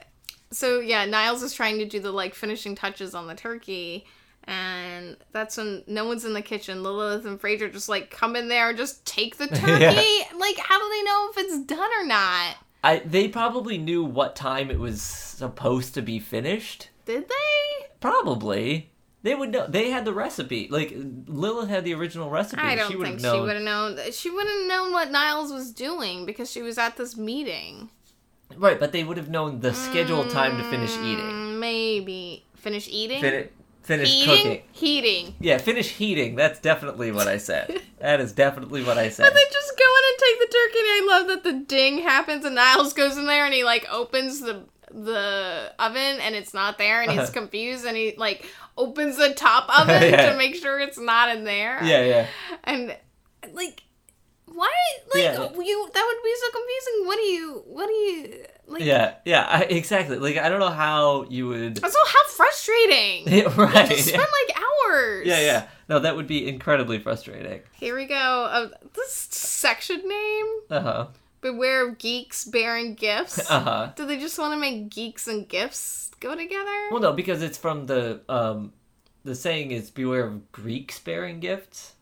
B: so yeah, Niles is trying to do the like finishing touches on the turkey, and that's when no one's in the kitchen. Lilith and Fraser just like come in there and just take the turkey. Like, how do they know if it's done or not?
A: I they probably knew what time it was supposed to be finished.
B: Did they?
A: Probably. They would know. They had the recipe. Like Lilith had the original recipe.
B: I don't
A: she
B: think
A: would've
B: she
A: known.
B: would have known. She wouldn't have known what Niles was doing because she was at this meeting.
A: Right, but they would have known the scheduled time to finish eating.
B: Mm, Maybe finish eating.
A: Fini- finish
B: Mm. Eating,
A: cooking.
B: heating.
A: Yeah, finish heating. That's definitely what I said. that is definitely what I said.
B: They just go in and take the turkey, and I love that the ding happens, and Niles goes in there and he like opens the the oven, and it's not there, and he's
A: Uh-huh.
B: confused, and he like opens the top oven
A: Yeah.
B: to make sure it's not in there.
A: Yeah, yeah.
B: and like. Why, like
A: Yeah.
B: you? That would be so confusing. What do you? What do you? Like,
A: Yeah, yeah, I, exactly. Like, I don't know how you would.
B: Also, how frustrating!
A: Yeah, right.
B: Just spend like hours.
A: Yeah, yeah. No, that would be incredibly frustrating.
B: Here we go. Uh, this section name:
A: Uh huh.
B: Beware of geeks bearing gifts.
A: Uh huh.
B: Do they just want to make geeks and gifts go together?
A: Well, no, because it's from the um, the saying is beware of Greeks bearing gifts.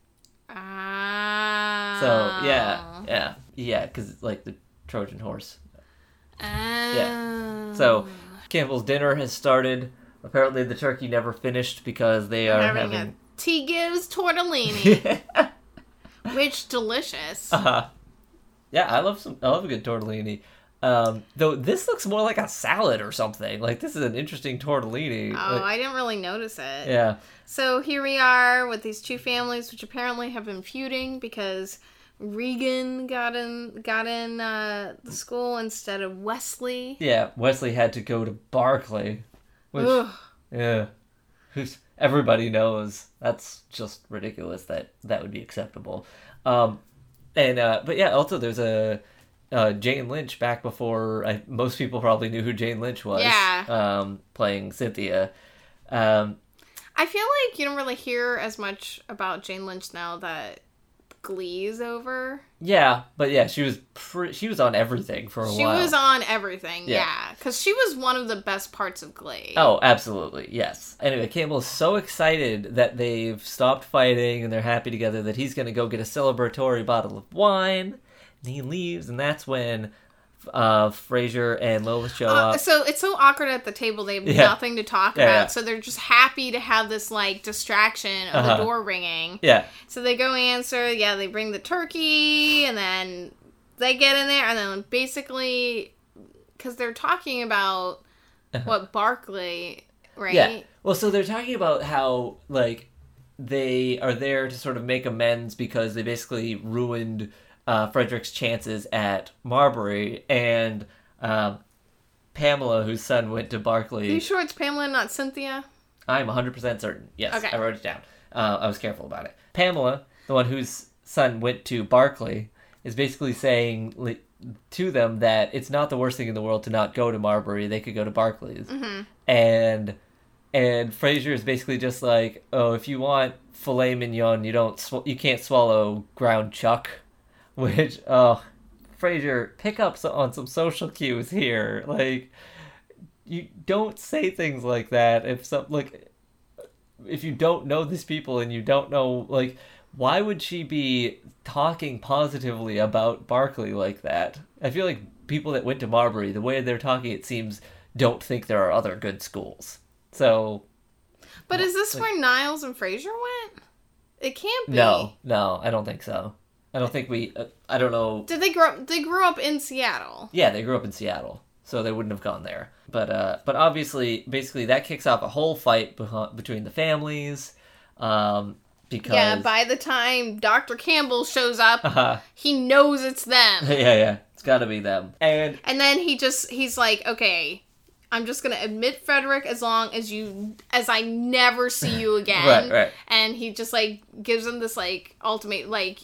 B: Ah.
A: So yeah, yeah, yeah, because it's like the Trojan horse.
B: yeah.
A: So Campbell's dinner has started. Apparently, the turkey never finished because they are
B: having, a
A: having.
B: tea gives tortellini, which delicious.
A: Uh-huh. Yeah, I love some. I love a good tortellini. Um, though this looks more like a salad or something. Like this is an interesting tortellini.
B: Oh,
A: Like,
B: I didn't really notice it.
A: yeah,
B: So here we are with these two families, which apparently have been feuding because Regan got in got in uh, the school instead of Wesley.
A: yeah. Wesley had to go to Barclay, which
B: Ugh.
A: yeah, who's everybody knows that's just ridiculous. That that would be acceptable. Um, and uh, but yeah, also there's a. Uh, Jane Lynch back before I, most people probably knew who Jane Lynch was.
B: Yeah.
A: Um, playing Cynthia. Um,
B: I feel like you don't really hear as much about Jane Lynch now that Glee's over.
A: Yeah, but yeah, she was pre- she was on everything for a
B: She
A: while.
B: was on everything,
A: Yeah.
B: yeah, because she was one of the best parts of Glee.
A: oh, absolutely, yes. Anyway, Campbell's so excited that they've stopped fighting and they're happy together that he's gonna go get a celebratory bottle of wine. And he leaves, and that's when uh, Frasier and Lola show
B: Uh,
A: up.
B: so it's so awkward at the table. They have
A: Yeah.
B: nothing to talk
A: Yeah,
B: about,
A: yeah.
B: so they're just happy to have this like distraction of the
A: Uh-huh.
B: door ringing.
A: Yeah,
B: So they go answer. Yeah, they bring the turkey, and then they get in there, and then basically, because they're talking about what Barkley, right?
A: Uh-huh. yeah. Well, so they're talking about how like they are there to sort of make amends because they basically ruined uh, Frederick's chances at Marbury and um Pamela, whose son went to Barclay.
B: Are you sure it's Pamela, not Cynthia?
A: I'm 100% certain. Yes,
B: Okay.
A: I wrote it down. Uh, I was careful about it. Pamela, the one whose son went to Barclay, is basically saying li- to them that it's not the worst thing in the world to not go to Marbury. They could go to Barclays. And and Fraser is basically just like, oh, if you want filet mignon, you don't sw- you can't swallow ground chuck, which oh, Fraser pick up so- on some social cues here. Like you don't say things like that if some like if you don't know these people and you don't know like why would she be talking positively about Barkley like that? I feel like people that went to Marbury, the way they're talking, it seems don't think there are other good schools. So
B: But is this where Niles and Fraser went? It can't be.
A: no, no, I don't think so. I don't think we. Uh, I don't know.
B: Did they grow up? They grew up in Seattle.
A: Yeah, they grew up in Seattle, so they wouldn't have gone there. But uh, but obviously, basically, that kicks off a whole fight behi- between the families, um, because
B: Yeah, by the time Dr. Campbell shows up,
A: Uh-huh.
B: he knows it's them.
A: yeah, yeah, it's got to be them. And
B: and then he just he's like, "Okay, I'm just going to admit Frederick as long as you as I never see you again."
A: Right, right.
B: And he just like gives him this like ultimate like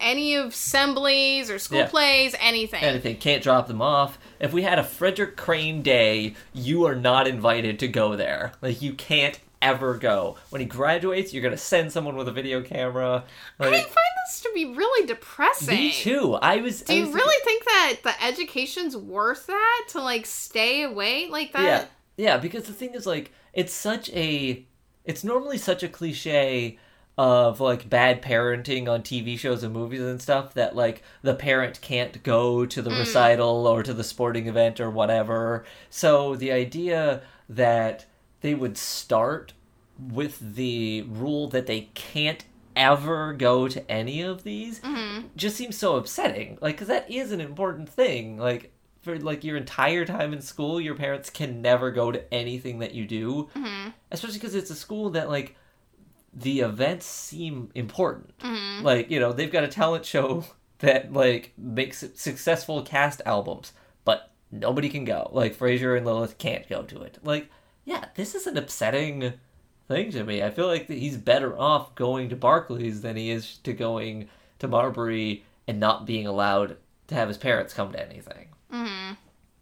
B: any of assemblies or school
A: Yeah.
B: plays, anything.
A: anything can't drop them off. If we had a Frederick Crane day, you are not invited to go there. Like you can't ever go. When he graduates, you're gonna send someone with a video camera.
B: I
A: Like,
B: find this to be really depressing.
A: me too. I was.
B: Do
A: I
B: you
A: was-
B: really think that the education's worth that to like stay away like that?
A: Yeah, yeah. Because the thing is, like, it's such a, it's normally such a cliche of like bad parenting on TV shows and movies and stuff that like the parent can't go to the
B: Mm.
A: recital or to the sporting event or whatever. So the idea that they would start with the rule that they can't ever go to any of these just seems so upsetting like because that is an important thing like for like your entire time in school your parents can never go to anything that you do especially because it's a school that like the events seem important like you know they've got a talent show that like makes successful cast albums but nobody can go like frasier and lilith can't go to it like yeah this is an upsetting thing to me i feel like that he's better off going to barclays than he is to going to marbury and not being allowed to have his parents come to anything
B: Mm-hmm.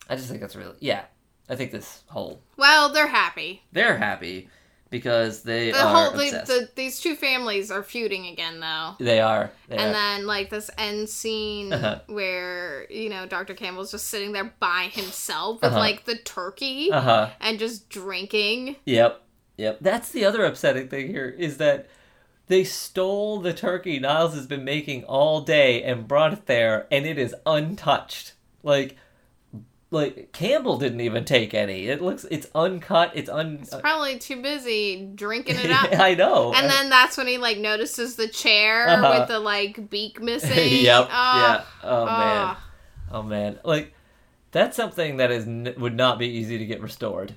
A: i just think that's really yeah i think this whole
B: Well, they're happy.
A: they're happy because they
B: The
A: are
B: whole the,
A: obsessed.
B: the, these two families are feuding again though.
A: they are. They are.
B: And then like this end scene
A: Uh-huh.
B: where, you know, Dr. Campbell's just sitting there by himself with
A: Uh-huh.
B: like the turkey
A: uh huh.
B: and just drinking.
A: Yep. Yep. That's the other upsetting thing here is that they stole the turkey Niles has been making all day and brought it there and it is untouched. Like like Campbell didn't even take any. It looks it's uncut, it's un uh,
B: Probably too busy drinking it up.
A: I know.
B: And then that's when he like notices the chair
A: Uh-huh.
B: with the like beak missing.
A: yep.
B: Ah,
A: yeah. Oh man.
B: ah.
A: Oh man. Like that's something that is n- would not be easy to get restored.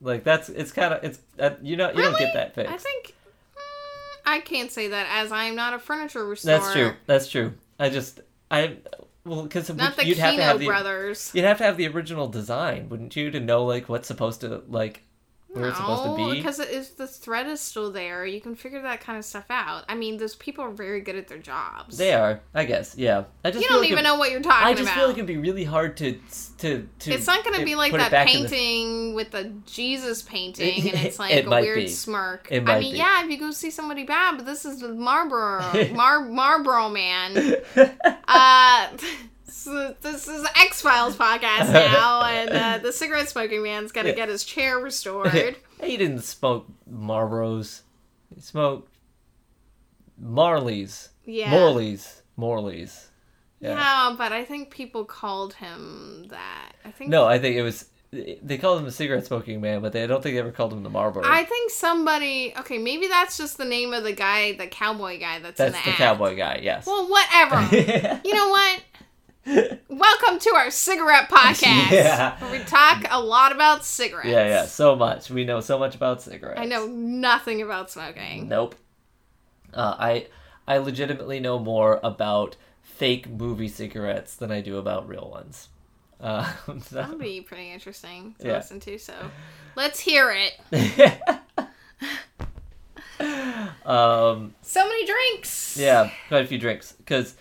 A: Like that's it's kind of it's uh, you know you don't get
B: Really?
A: that fixed.
B: I think mm, I can't say that as I am not a furniture restorer.
A: That's true. That's true. I just I well because
B: Not the
A: you'd have
B: Kino
A: to have the
B: brothers.
A: you'd have to have the original design, wouldn't you, to know like what's supposed to like where it's supposed to
B: No,
A: be?
B: because if the thread Oh, is still there, you can figure that kind of stuff out. I mean, those people are very good at their jobs.
A: They are, I guess. Yeah. I just
B: you
A: feel
B: don't
A: like
B: even
A: it-
B: know what you're talking
A: I just
B: about.
A: feel like it'd be really hard to to to.
B: it's not going
A: it-
B: to be like
A: put it
B: that
A: back in the-
B: painting with the Jesus painting, and it's like
A: It
B: a
A: might
B: weird
A: be.
B: smirk.
A: It
B: I
A: might
B: mean,
A: be.
B: yeah, if you go see somebody bad, but this is the Marlboro, Mar- Marlboro Man. Uh, so this is X Files podcast now, and uh, the cigarette smoking man's got to get his chair restored.
A: he didn't smoke Marlboros. He smoked Marleys.
B: Yeah.
A: Morleys. Morleys.
B: Yeah.
A: Yeah.
B: but I think people called him that. I think
A: No, I think it was. They called him the cigarette smoking man, but they, I don't think they ever called him the Marlboro.
B: I think somebody. Okay, maybe that's just the name of the guy, the cowboy guy that's, in
A: That's
B: the,
A: the
B: ad.
A: cowboy guy. Yes.
B: Well, whatever. you know what? Welcome welcome to our cigarette podcast.
A: Yeah.
B: Where we talk a lot about cigarettes.
A: Yeah, yeah, so much. We know so much about cigarettes.
B: I know nothing about smoking.
A: Nope. Uh, I I legitimately know more about fake movie cigarettes than I do about real ones. Uh,
B: that would be pretty interesting to
A: Yeah.
B: listen to. So let's hear it.
A: um,
B: So many drinks.
A: Yeah, quite a few drinks because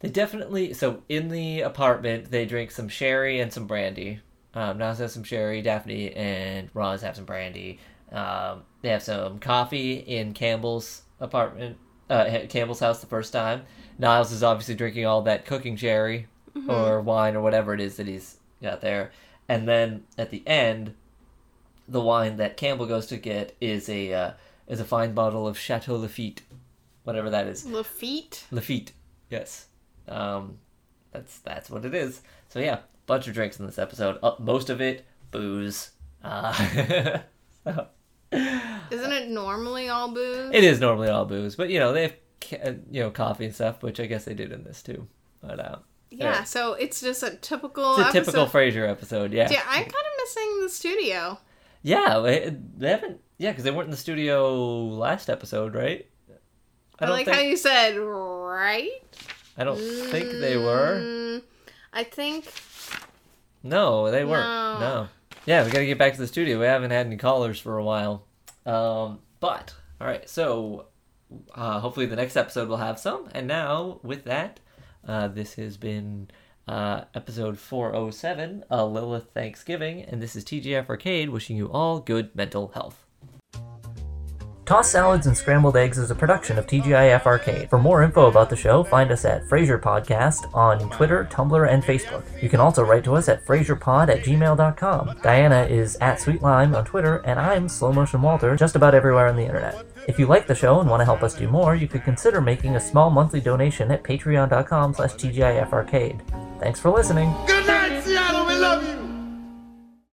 A: they definitely. So in the apartment, they drink some sherry and some brandy. Um, Nas has some sherry. Daphne and Roz have some brandy. Um, they have some coffee in Campbell's apartment, uh, at Campbell's house the first time. Niles is obviously drinking all that cooking sherry or wine or whatever it is that he's got there. And then at the end, the wine that Campbell goes to get is a uh, is a fine bottle of Chateau Lafitte, whatever that is.
B: Lafitte.
A: Lafitte. Yes. Um, that's that's what it is. So yeah, bunch of drinks in this episode. Uh, most of it booze. Uh, so,
B: Isn't it normally all booze?
A: it is normally all booze, but you know they have ca- uh, you know coffee and stuff, which I guess they did in this too. But uh,
B: yeah,
A: yeah.
B: so it's just a typical
A: it's a
B: episode.
A: typical Frasier episode. Yeah.
B: yeah, I'm kind of missing the studio.
A: Yeah. they- They haven't. Yeah, because they weren't in the studio last episode, right?
B: I, like how
A: think,
B: you said, right?
A: I don't think they were.
B: Mm, I think
A: No, they weren't.
B: No.
A: No. Yeah, we gotta get back to the studio. We haven't had any callers for a while. Um, but all right, so uh, hopefully the next episode will have some. And now with that, uh, this has been uh, episode 407, uh, Lilith Thanksgiving, and this is TGF Arcade wishing you all good mental health. Tossed Salads and Scrambled Eggs is a production of TGIF Arcade. For more info about the show, find us at Fraser Podcast on Twitter, Tumblr, and Facebook. You can also write to us at FraserPod at gmail.com. Diana is at SweetLime on Twitter, and I'm Slow Motion Walter just about everywhere on the internet. If you like the show and want to help us do more, you could consider making a small monthly donation at patreon.com slash TGIF Arcade. Thanks for listening.
E: Good night, Seattle. We love you.